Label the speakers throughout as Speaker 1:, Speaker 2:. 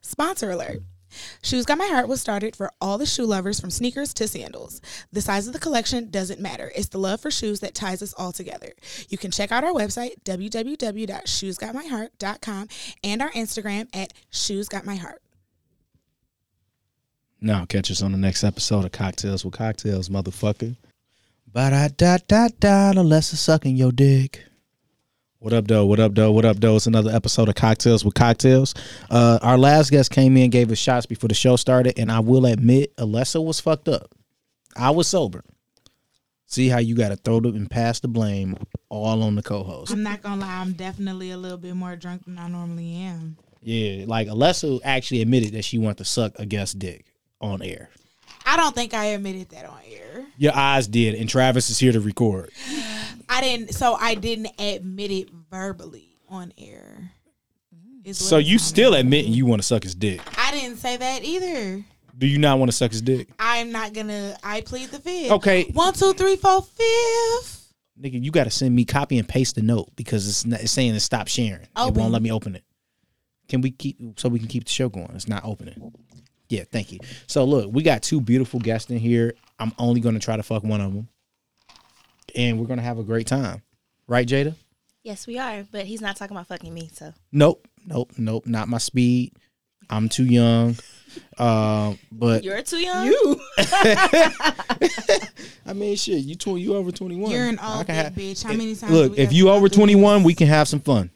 Speaker 1: Sponsor alert. Shoes Got My Heart was started for all the shoe lovers from sneakers to sandals. The size of the collection doesn't matter. It's the love for shoes that ties us all together. You can check out our website, www.shoesgotmyheart.com, and our Instagram at Shoes Got My Heart.
Speaker 2: Now catch us on the next episode of Cocktails with Cocktails, motherfucker. Ba da da da da, unless it's sucking your dick. What up, though? What up, though? What up, though? It's another episode of Cocktails with Cocktails. Uh, our last guest came in, gave us shots before the show started, and I will admit, Alessa was fucked up. I was sober. See how you got to throw them and pass the blame all on the co-host.
Speaker 1: I'm not going to lie, I'm definitely a little bit more drunk than I normally am.
Speaker 2: Yeah, like Alessa actually admitted that she wanted to suck a guest dick on air.
Speaker 1: I don't think I admitted that on air.
Speaker 2: Your eyes did, and Travis is here to record.
Speaker 1: I didn't, so I didn't admit it verbally on air. Is what
Speaker 2: So
Speaker 1: it
Speaker 2: you
Speaker 1: sounded
Speaker 2: still
Speaker 1: like.
Speaker 2: admitting you want to suck his dick?
Speaker 1: I didn't say that either.
Speaker 2: Do you not want to suck his dick,
Speaker 1: I'm not gonna. I plead the fifth.
Speaker 2: Okay.
Speaker 1: One, two, three, four, fifth.
Speaker 2: nigga? You got to send me copy and paste the note because it's, not, it's saying to stop sharing. It
Speaker 1: Open.
Speaker 2: won't let me open it. Can we keep so we can keep the show going? It's not opening. Yeah, thank you. So look, we got two beautiful guests in here. I'm only gonna try to fuck one of them, and we're gonna have a great time, right, Jada?
Speaker 3: Yes, we are, but he's not talking about fucking me. So
Speaker 2: Nope, nope, nope. Not my speed. I'm too young. Uh, but
Speaker 3: you're too young. You.
Speaker 2: I mean, shit. You tw- you over twenty one.
Speaker 1: You're an old big bitch. How many times? do
Speaker 2: Look,
Speaker 1: we
Speaker 2: if
Speaker 1: gotta
Speaker 2: you
Speaker 1: go
Speaker 2: over
Speaker 1: through
Speaker 2: twenty one,
Speaker 1: this?
Speaker 2: we can have some fun.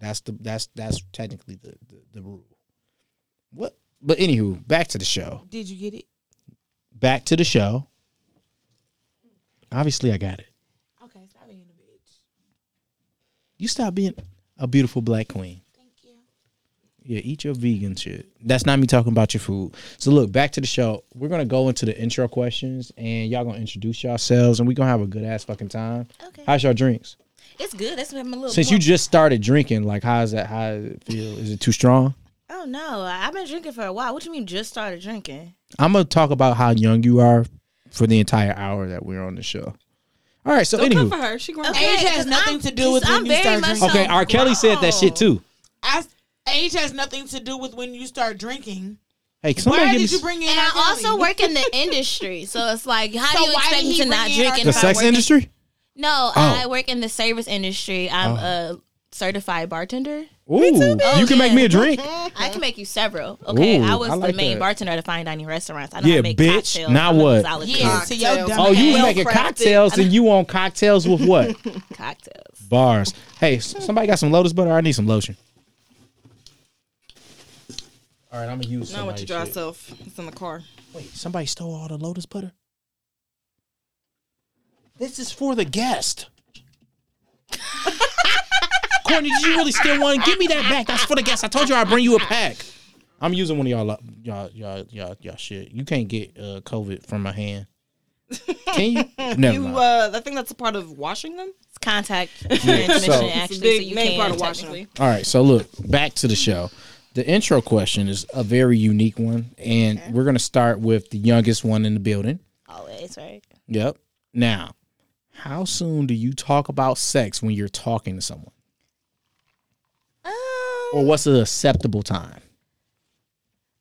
Speaker 2: That's the that's that's technically the, the the rule. What? But anywho, back to the show.
Speaker 1: Did you get it?
Speaker 2: Back to the show. Obviously, I got it.
Speaker 1: Okay, stop being a bitch.
Speaker 2: You stop being a beautiful black queen.
Speaker 1: Thank you.
Speaker 2: Yeah, eat your vegan shit. That's not me talking about your food. So look, back to the show. We're gonna go into the intro questions, and y'all gonna introduce yourselves, and we gonna have a good ass fucking time.
Speaker 3: Okay,
Speaker 2: How's y'all drinks?
Speaker 3: it's good. That's been a little.
Speaker 2: Since you just started drinking, like how is that? How does it feel? Is it too strong?
Speaker 3: oh no, I've been drinking for a while. What you mean just started drinking?
Speaker 2: I'm gonna talk about how young you are for the entire hour that we're on the show. All right, so anywho,
Speaker 4: her. She grown.
Speaker 1: Age has
Speaker 3: 'cause
Speaker 1: nothing
Speaker 3: I'm-
Speaker 1: to do with
Speaker 3: 'cause
Speaker 1: when
Speaker 3: I'm
Speaker 1: you
Speaker 3: very
Speaker 1: start
Speaker 3: much
Speaker 1: drinking.
Speaker 2: okay,
Speaker 3: so
Speaker 2: R. Kelly said that shit
Speaker 3: grown.
Speaker 2: too.
Speaker 1: I, age has nothing to do with when you start drinking.
Speaker 2: Hey, can somebody
Speaker 1: Why
Speaker 2: give me
Speaker 1: did you
Speaker 2: s-
Speaker 1: bring in?
Speaker 3: And
Speaker 1: R.
Speaker 3: I
Speaker 1: Kelly?
Speaker 3: also work in the industry, so it's like, how
Speaker 1: So
Speaker 3: do you
Speaker 1: why
Speaker 3: expect
Speaker 1: did
Speaker 3: me
Speaker 1: he
Speaker 3: to not
Speaker 1: bring in
Speaker 3: drink?
Speaker 1: our
Speaker 3: if
Speaker 2: the
Speaker 3: I
Speaker 2: sex
Speaker 3: work in-
Speaker 2: industry?
Speaker 3: No,
Speaker 2: Oh.
Speaker 3: I work in the service industry. I'm a certified bartender.
Speaker 2: Ooh, you can make me a drink.
Speaker 3: I can make you several. Okay,
Speaker 2: Ooh,
Speaker 3: I was
Speaker 2: I like
Speaker 3: the main
Speaker 2: that.
Speaker 3: bartender at a fine dining restaurants. I know how
Speaker 2: Yeah,
Speaker 3: to make
Speaker 2: bitch.
Speaker 3: cocktails.
Speaker 2: Now
Speaker 3: I'm a
Speaker 2: what?
Speaker 3: solid
Speaker 1: Yeah,
Speaker 3: cook.
Speaker 1: to your dumb
Speaker 2: Oh, you
Speaker 1: ass.
Speaker 2: making
Speaker 3: crafted.
Speaker 2: cocktails and you on cocktails with what?
Speaker 3: cocktails.
Speaker 2: Bars. Hey, s- somebody got some lotus butter? I need some lotion. All right, I'm gonna use.
Speaker 4: Not with
Speaker 2: somebody's
Speaker 4: your dry
Speaker 2: shit.
Speaker 4: self. It's in the car.
Speaker 2: Wait, somebody stole all the lotus butter? This is for the guest. Courtney, did you really steal one? Give me that back. That's for the guest. I told you I'd bring you a pack. I'm using one of y'all, lo- y'all, y'all, y'all, y'all shit. You can't get uh, COVID from my hand. Can you? Never
Speaker 4: You,
Speaker 2: mind.
Speaker 4: uh, I think that's a part of washing them.
Speaker 3: It's contact transmission,
Speaker 2: so- It's a
Speaker 3: actually.
Speaker 4: big
Speaker 3: so you
Speaker 4: main
Speaker 3: can
Speaker 4: part of washing
Speaker 3: technically.
Speaker 2: All right, so look, back to the show. The intro question is a very unique one, and we're gonna start with the youngest one in the building.
Speaker 3: Always, right?
Speaker 2: Yep. Now, how soon do you talk about sex when you're talking to someone? Or what's an acceptable time?
Speaker 3: Um,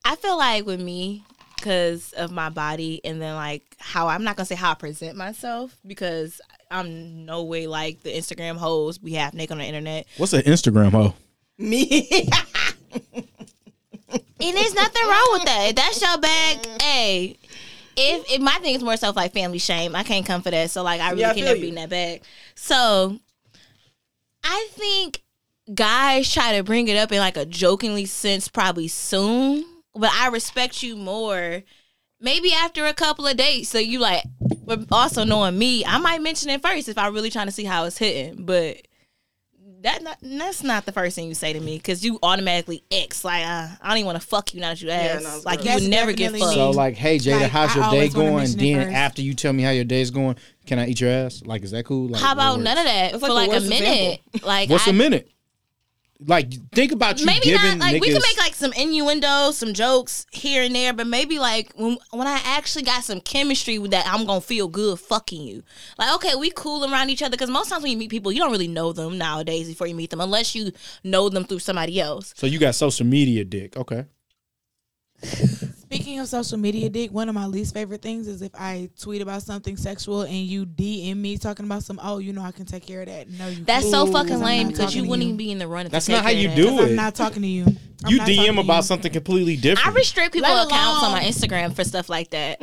Speaker 3: I feel like with me, because of my body and then like how I'm not gonna say how I present myself because I'm no way like the Instagram hoes we have naked on the internet.
Speaker 2: What's an Instagram hoe?
Speaker 4: Me.
Speaker 3: And there's nothing wrong with that. If that's your bag, hey. If, if my thing is more self like family shame, I can't come for that. So like I really
Speaker 4: Yeah, I
Speaker 3: can't
Speaker 4: feel
Speaker 3: be
Speaker 4: you.
Speaker 3: in that bag. So I think guys try to bring it up in like a jokingly sense probably soon. But I respect you more maybe after a couple of dates. So you like but also knowing me, I might mention it first if I really trying to see how it's hitting. But that not, that's not the first thing you say to me because you automatically X like uh, I don't even want to fuck you now that you ask.
Speaker 4: no, it's
Speaker 3: like
Speaker 4: gross.
Speaker 3: you would
Speaker 1: That's
Speaker 3: never get
Speaker 1: definitely
Speaker 3: fucked.
Speaker 1: me.
Speaker 2: So like, hey Jada,
Speaker 1: Like,
Speaker 2: how's
Speaker 1: I
Speaker 2: your day
Speaker 1: always wanna
Speaker 2: going?
Speaker 1: mention it
Speaker 2: Then
Speaker 1: first.
Speaker 2: after you tell me how your day's going, can I eat your ass? Like, is that cool? Like,
Speaker 3: how about
Speaker 2: what
Speaker 3: none of that
Speaker 4: That's
Speaker 3: for like
Speaker 4: like the
Speaker 3: a
Speaker 4: worst
Speaker 3: minute? Like
Speaker 2: What's
Speaker 3: I-
Speaker 2: a minute? Like, think about you
Speaker 3: Maybe
Speaker 2: giving
Speaker 3: not like we
Speaker 2: niggas-
Speaker 3: can make like some innuendos, some jokes here and there, but maybe like when when I actually got some chemistry with that, I'm gonna feel good fucking you. Like okay, we cool around each other because most times when you meet people, you don't really know them nowadays before you meet them, unless you know them through somebody else.
Speaker 2: so you got social media dick. Okay.
Speaker 1: Speaking of social media, Dick, one of my least favorite things is if I tweet about something sexual and you DM me talking about some, oh, you know, I can take care of that. No, you
Speaker 3: That's so
Speaker 1: can't.
Speaker 3: fucking
Speaker 1: I'm
Speaker 3: lame
Speaker 1: not
Speaker 3: because you
Speaker 1: talking to
Speaker 3: wouldn't even be in the running.
Speaker 2: That's not how you do
Speaker 1: I'm
Speaker 2: it.
Speaker 1: not talking to you. I'm
Speaker 2: You
Speaker 1: not talking
Speaker 2: DM
Speaker 1: to
Speaker 2: about
Speaker 1: you.
Speaker 2: something completely
Speaker 3: I
Speaker 2: different.
Speaker 3: restrict people
Speaker 1: Let
Speaker 3: accounts on
Speaker 1: alone-
Speaker 3: my Instagram for stuff like that.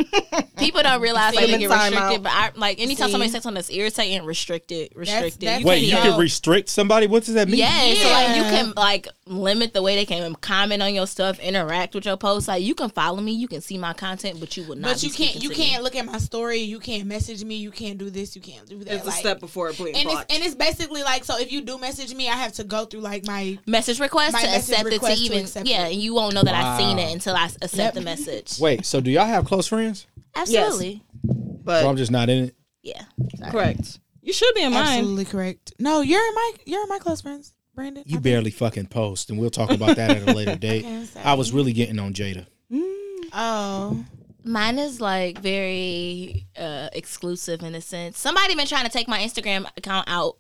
Speaker 3: people don't realize like
Speaker 4: See,
Speaker 3: they get
Speaker 4: time
Speaker 3: restricted,
Speaker 4: out.
Speaker 3: but I like anytime
Speaker 1: See?
Speaker 3: somebody says something that's irritating, restrict it, restrict
Speaker 1: that's
Speaker 3: it.
Speaker 2: Wait, you
Speaker 1: Yeah.
Speaker 2: can restrict somebody? What does that mean?
Speaker 3: yeah, so like you
Speaker 1: Yeah.
Speaker 3: can like limit the way they can comment on your stuff, interact with your posts. Like you can follow me, you can see my content, but you will not.
Speaker 1: But
Speaker 3: be
Speaker 1: you can't.
Speaker 3: speaking
Speaker 1: You
Speaker 3: to
Speaker 1: can't look at my story. You can't message me. You can't do this. You can't do that.
Speaker 4: It's a
Speaker 1: like-
Speaker 4: step before it being
Speaker 1: And it's
Speaker 4: blocked.
Speaker 1: and it's basically like so. If you do message me, I have to go through like my
Speaker 3: message request
Speaker 1: My
Speaker 3: to
Speaker 1: message
Speaker 3: accept
Speaker 1: request to
Speaker 3: it to even
Speaker 1: accept
Speaker 3: yeah,
Speaker 1: it.
Speaker 3: and you won't know that I've seen
Speaker 2: Wow.
Speaker 3: it until I s- accept the message.
Speaker 2: Wait, so do y'all have close friends?
Speaker 3: Absolutely,
Speaker 4: but
Speaker 2: So I'm just not in it.
Speaker 3: yeah.
Speaker 4: correct. You should be in mine.
Speaker 1: absolutely correct. No, you're my you're my close friends, Brandon.
Speaker 2: You
Speaker 1: I think.
Speaker 2: barely fucking post, and we'll talk about that at a later date.
Speaker 1: Okay, I'm sorry.
Speaker 2: I was really getting on Jada.
Speaker 1: Oh,
Speaker 3: Mine is like very uh, exclusive in a sense. Somebody been trying to take my Instagram account out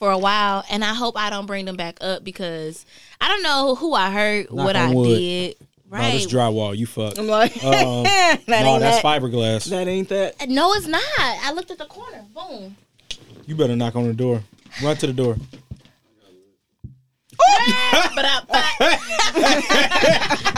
Speaker 3: for a while, and I hope I don't bring them back up because I don't know who I hurt,
Speaker 2: Knock
Speaker 3: what
Speaker 2: on
Speaker 3: I
Speaker 2: wood.
Speaker 3: did.
Speaker 2: No,
Speaker 3: Right?
Speaker 2: this drywall, you fuck.
Speaker 4: I'm like,
Speaker 2: Um,
Speaker 4: that
Speaker 2: no,
Speaker 4: ain't
Speaker 2: that's
Speaker 4: that.
Speaker 2: fiberglass.
Speaker 4: That ain't that.
Speaker 3: no, it's not. I looked at the corner. Boom.
Speaker 2: You better knock on the door. Run to the door.
Speaker 3: but I,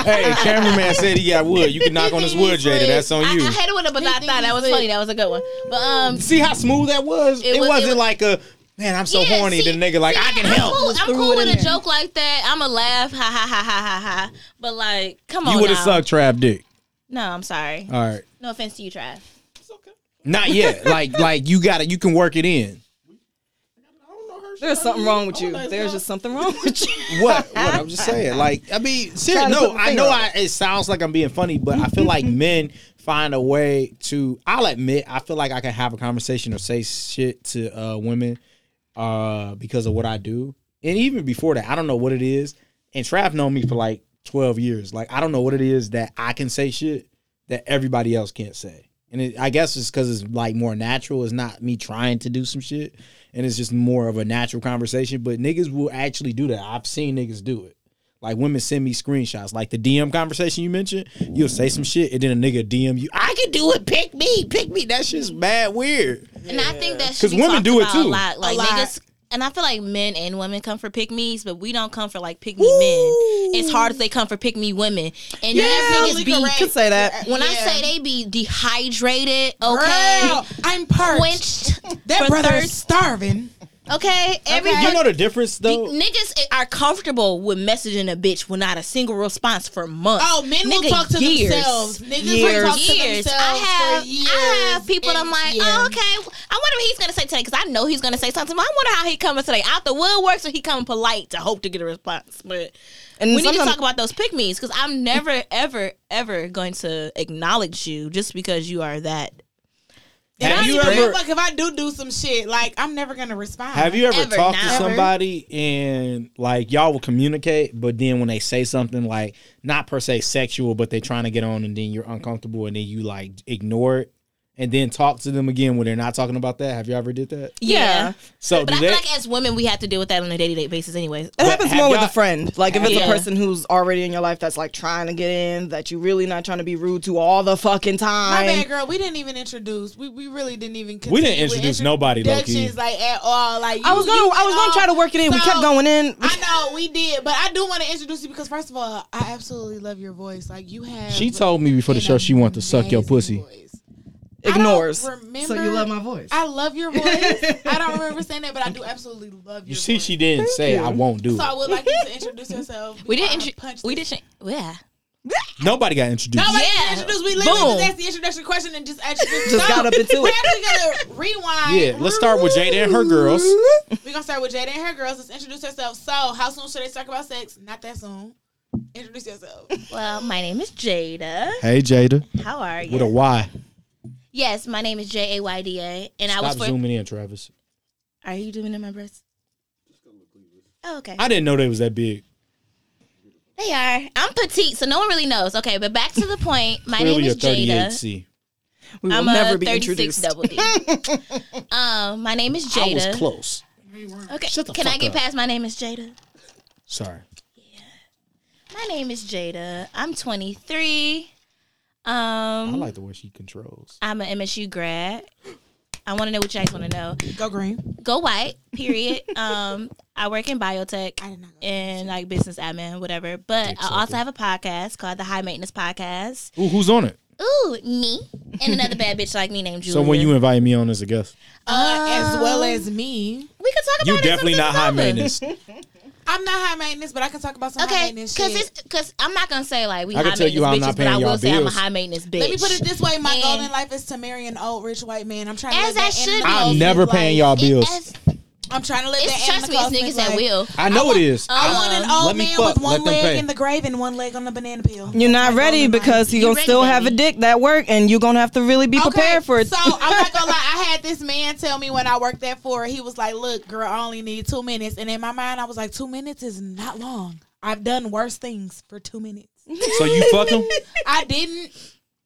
Speaker 2: Hey, cameraman said he got wood. You can knock on this wood, Jada. That's on
Speaker 3: I,
Speaker 2: you.
Speaker 3: I hit it with a banana. That was funny. That was a good one. But um,
Speaker 2: See how smooth that was? It,
Speaker 3: It was- it
Speaker 2: wasn't
Speaker 3: was-
Speaker 2: like a man. I'm so
Speaker 3: Yeah,
Speaker 2: horny.
Speaker 3: see-
Speaker 2: the nigga like
Speaker 3: see,
Speaker 2: I can
Speaker 3: I'm
Speaker 2: help.
Speaker 3: Cool. I'm
Speaker 1: threw
Speaker 3: cool
Speaker 1: it
Speaker 3: with
Speaker 1: in
Speaker 3: a
Speaker 1: there.
Speaker 3: joke like that. I'ma laugh. Ha ha ha ha ha ha. But like, come on.
Speaker 2: you would have
Speaker 3: now.
Speaker 2: sucked Trav dick.
Speaker 3: No, I'm sorry.
Speaker 2: All right,
Speaker 3: No offense to you, Trav.
Speaker 2: not yet. like like you got it. You can work it in.
Speaker 4: There's something wrong with you. There's just something wrong with you.
Speaker 2: What? What? I'm just saying. Like, I mean, serious.
Speaker 4: Trying to
Speaker 2: No,
Speaker 4: put my
Speaker 2: I
Speaker 4: finger
Speaker 2: know.
Speaker 4: on
Speaker 2: I, it sounds like I'm being funny, but I feel like men find a way to. I'll admit, I feel like I can have a conversation or say shit to uh, women uh, because of what I do, and even before that, I don't know what it is. And Trav known me for like 12 years. Like, I don't know what it is that I can say shit that everybody else can't say. And it, I guess it's because it's like more natural. It's not me trying to do some shit, and it's just more of a natural conversation. But niggas will actually do that. I've seen niggas do it. Like women send me screenshots, like the DM conversation you mentioned. You'll say some shit, and then a nigga DM you, "I can do it. Pick me, pick me." That shit's mad weird.
Speaker 3: And I think that
Speaker 2: 'Cause
Speaker 3: because
Speaker 2: women do it
Speaker 3: A
Speaker 2: too.
Speaker 3: lot. Like
Speaker 1: lot.
Speaker 3: niggas. And I feel like men and women come for pick me's, but we don't come for like pick me men. It's hard if they come for pick me women. And yeah, niggas be.
Speaker 4: You could say that.
Speaker 3: When I
Speaker 1: Yeah.
Speaker 3: say they be dehydrated, okay,
Speaker 1: girl, I'm parched.
Speaker 3: quenched,
Speaker 1: that
Speaker 3: for
Speaker 1: brother's
Speaker 3: thirst,
Speaker 1: starving.
Speaker 3: okay, every
Speaker 2: You know the difference though.
Speaker 3: Niggas are comfortable with messaging a bitch with not a single response for months.
Speaker 1: Oh, men will
Speaker 3: Nigga,
Speaker 1: talk to
Speaker 3: years.
Speaker 1: themselves. Niggas
Speaker 3: Years.
Speaker 1: will talk to
Speaker 3: Years.
Speaker 1: themselves
Speaker 3: I have,
Speaker 1: for years.
Speaker 3: I have people.
Speaker 1: and
Speaker 3: I'm like,
Speaker 1: yeah.
Speaker 3: oh, okay. I wonder what he's gonna say today because I know he's gonna say something. I wonder how he coming today. Out the woodworks, or he coming polite to hope to get a response. But
Speaker 4: And
Speaker 3: we need to
Speaker 4: sometimes-
Speaker 3: talk about those pick me's because I'm never, ever, ever going to acknowledge you just because you are that.
Speaker 1: And
Speaker 2: Have
Speaker 1: I
Speaker 2: you
Speaker 1: even
Speaker 2: ever-
Speaker 1: Like if I do do some shit, like I'm never gonna respond.
Speaker 2: Have you ever,
Speaker 3: Ever,
Speaker 2: talked to
Speaker 3: nah.
Speaker 2: somebody and like y'all will communicate, but then when they say something like not per se sexual, but they're trying to get on, and then you're uncomfortable, and then you like ignore it, and then talk to them again when they're not talking about that? Have you ever did that?
Speaker 4: Yeah.
Speaker 2: So
Speaker 3: But I
Speaker 2: do
Speaker 3: feel
Speaker 2: that.
Speaker 3: like as women, we have to deal with that on a day to day basis, anyways.
Speaker 4: It happens
Speaker 2: have
Speaker 4: more with
Speaker 2: y'all-
Speaker 4: a friend. Like if it's
Speaker 3: Yeah.
Speaker 4: a person who's already in your life that's like trying to get in, that you really not trying to be rude to all the fucking
Speaker 1: My
Speaker 4: time.
Speaker 1: bad, girl. We didn't even introduce. We, we really didn't even.
Speaker 2: We didn't
Speaker 1: continue with
Speaker 2: introduce nobody, low-key.
Speaker 1: introductions, like at all. Like
Speaker 4: I
Speaker 1: you-
Speaker 4: was gonna,
Speaker 1: you
Speaker 4: I was gonna
Speaker 1: know.
Speaker 4: try to work it in. we
Speaker 1: So,
Speaker 4: kept going in.
Speaker 1: I know we did, but I do want to introduce you because first of all, I absolutely love your voice. Like you have.
Speaker 2: she told me before the
Speaker 1: an
Speaker 2: show she wanted to suck your
Speaker 1: amazing
Speaker 2: pussy.
Speaker 1: voice. I don't
Speaker 4: Ignores.
Speaker 1: remember-
Speaker 4: voice.
Speaker 1: I love your voice. I don't remember saying that, but I do absolutely love your.
Speaker 2: You see,
Speaker 1: voice.
Speaker 2: she didn't say I won't do
Speaker 1: So I
Speaker 2: it.
Speaker 1: would like you to introduce yourself.
Speaker 3: We didn't.
Speaker 1: before I
Speaker 3: Intro-
Speaker 1: punch
Speaker 3: we
Speaker 1: this-
Speaker 3: didn't. Yeah.
Speaker 2: Nobody got introduced.
Speaker 1: Nobody
Speaker 3: Yeah.
Speaker 1: yeah. introduced. We literally
Speaker 3: Boom.
Speaker 1: just asked the introduction question and just actually
Speaker 4: Just got up into
Speaker 1: We're
Speaker 4: it.
Speaker 1: actually gonna rewind.
Speaker 2: yeah, let's start with Jada and her girls.
Speaker 1: We're gonna start with Jada and her girls. Let's introduce ourselves. So, how soon should they talk about sex? Not that soon. Introduce yourself.
Speaker 3: Well, my name is Jada.
Speaker 2: Hey, Jada,
Speaker 3: How are you?
Speaker 2: with a Y.
Speaker 3: yes, my name is J A Y D A, and I was.
Speaker 2: Stop
Speaker 3: For-
Speaker 2: zooming in, Travis.
Speaker 3: are you doing it in my breast? Oh, okay.
Speaker 2: I didn't know they was that big.
Speaker 3: they are. I'm petite, so no one really knows. Okay, but back to the point. My
Speaker 2: Clearly,
Speaker 3: name
Speaker 2: a
Speaker 3: is Jada.
Speaker 2: 38C.
Speaker 4: we will
Speaker 3: I'm
Speaker 4: never
Speaker 3: a
Speaker 4: be
Speaker 3: 36
Speaker 4: introduced.
Speaker 3: double D. um, my name is Jada.
Speaker 2: I was close.
Speaker 3: Okay,
Speaker 2: Shut the
Speaker 3: can I
Speaker 2: fuck
Speaker 3: get
Speaker 2: up.
Speaker 3: past? My name is Jada.
Speaker 2: Sorry.
Speaker 3: My name is Jada. I'm 23. Um,
Speaker 2: I like the way she controls.
Speaker 3: I'm an MSU grad. I want to know what you guys want to know.
Speaker 1: Go green.
Speaker 3: Go white, period. um, I work in biotech
Speaker 1: I did not go.
Speaker 3: and like business admin, whatever. But
Speaker 2: Dick
Speaker 3: I also have a podcast called the High Maintenance Podcast.
Speaker 2: Ooh, who's on it?
Speaker 3: Ooh, me and another bad bitch like me named Julia.
Speaker 2: So when you invite me on as a guest,
Speaker 1: Uh, as well as me.
Speaker 3: we could talk about
Speaker 2: you
Speaker 3: it
Speaker 2: definitely not
Speaker 3: sometimes
Speaker 2: high
Speaker 3: over.
Speaker 2: maintenance.
Speaker 1: I'm not high maintenance, but I can talk about some high
Speaker 3: Okay,
Speaker 1: maintenance
Speaker 3: because
Speaker 1: shit.
Speaker 3: it's because I'm not gonna say like we
Speaker 2: I
Speaker 3: high
Speaker 2: can tell
Speaker 3: maintenance
Speaker 2: you I'm not
Speaker 3: bitches, but I
Speaker 2: paying
Speaker 3: will
Speaker 2: y'all
Speaker 3: say I'm a
Speaker 2: bills.
Speaker 3: high maintenance bitch.
Speaker 1: Let me put it this way: my
Speaker 3: And-
Speaker 1: golden life is to marry an old rich white man. I'm trying to
Speaker 3: As
Speaker 1: live that
Speaker 3: that
Speaker 1: Anna
Speaker 3: should be.
Speaker 1: Nicole
Speaker 2: I'm
Speaker 3: Well,
Speaker 1: Smith
Speaker 2: never
Speaker 1: life.
Speaker 2: paying y'all bills.
Speaker 3: It's,
Speaker 1: I'm trying to live
Speaker 3: it's
Speaker 1: that
Speaker 3: trust me,
Speaker 1: Anna
Speaker 3: it's niggas
Speaker 1: Nicole Smith
Speaker 3: that
Speaker 1: life.
Speaker 3: will.
Speaker 2: I know it is.
Speaker 1: I
Speaker 3: Um,
Speaker 1: want an old
Speaker 2: let me
Speaker 1: man
Speaker 2: fuck,
Speaker 1: with one
Speaker 2: let them
Speaker 1: leg
Speaker 2: pay.
Speaker 1: in the grave and one leg on the banana peel.
Speaker 4: You're not ready because he
Speaker 3: You
Speaker 4: gonna
Speaker 3: ready,
Speaker 4: still have a
Speaker 3: baby.
Speaker 4: dick that work, and you're gonna have to really be prepared for it.
Speaker 1: So I'm not gonna lie. I had this man tell me when I worked there for. He was like, "Look, girl, I only need two minutes." And in my mind, I was like, two minutes is not long. I've done worse things for two minutes."
Speaker 2: So you fuck him?
Speaker 1: I didn't,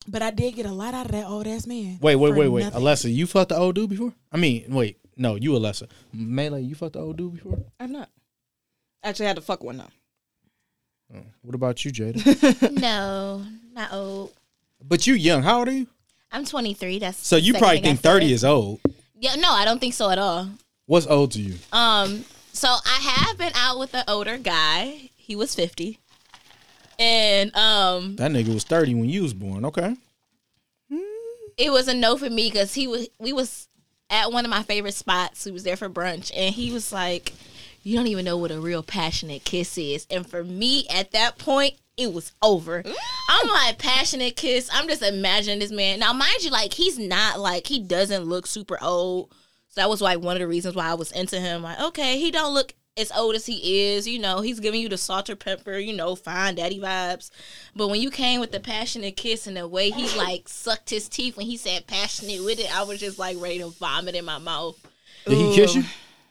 Speaker 1: but I did get a lot out of that old ass man.
Speaker 2: Wait, wait,
Speaker 1: For
Speaker 2: wait, wait.
Speaker 1: nothing.
Speaker 2: Alessa, you fucked the old dude before? I mean, wait, no, you Alessa. Melee, you fucked the old dude before?
Speaker 4: I'm not. Actually, I had to fuck one now.
Speaker 2: What about you, Jada?
Speaker 3: no, not old.
Speaker 2: but you young. How old are you?
Speaker 3: I'm 23. That's
Speaker 2: So you
Speaker 3: the second
Speaker 2: probably
Speaker 3: thing I
Speaker 2: think thirty
Speaker 3: said.
Speaker 2: is old.
Speaker 3: Yeah, no, I don't think so at all.
Speaker 2: What's old to you?
Speaker 3: Um, so I have been out with an older guy. He was 50, and um,
Speaker 2: That nigga was thirty when you was born. Okay.
Speaker 3: it was a no for me because he was we was at one of my favorite spots. We was there for brunch, and he was like, "You don't even know what a real passionate kiss is." And for me, at that point, it was over. I'm like passionate kiss. I'm just imagining this man. Now, mind you, like he's not like he doesn't look super old. So that was like one of the reasons why I was into him. Like, okay, he don't look as old as he is. You know, he's giving you the salter pepper. You know, fine daddy vibes. But when you came with the passionate kiss and the way he like sucked his teeth when he said passionate with it, I was just like ready to vomit in my mouth.
Speaker 2: Did he kiss you?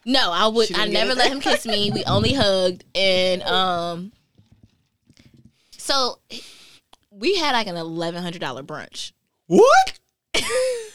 Speaker 3: No, I would. I
Speaker 4: didn't get
Speaker 3: never
Speaker 4: it.
Speaker 3: let him kiss me. We only hugged, and um, so we had like an eleven hundred dollar brunch.
Speaker 2: What?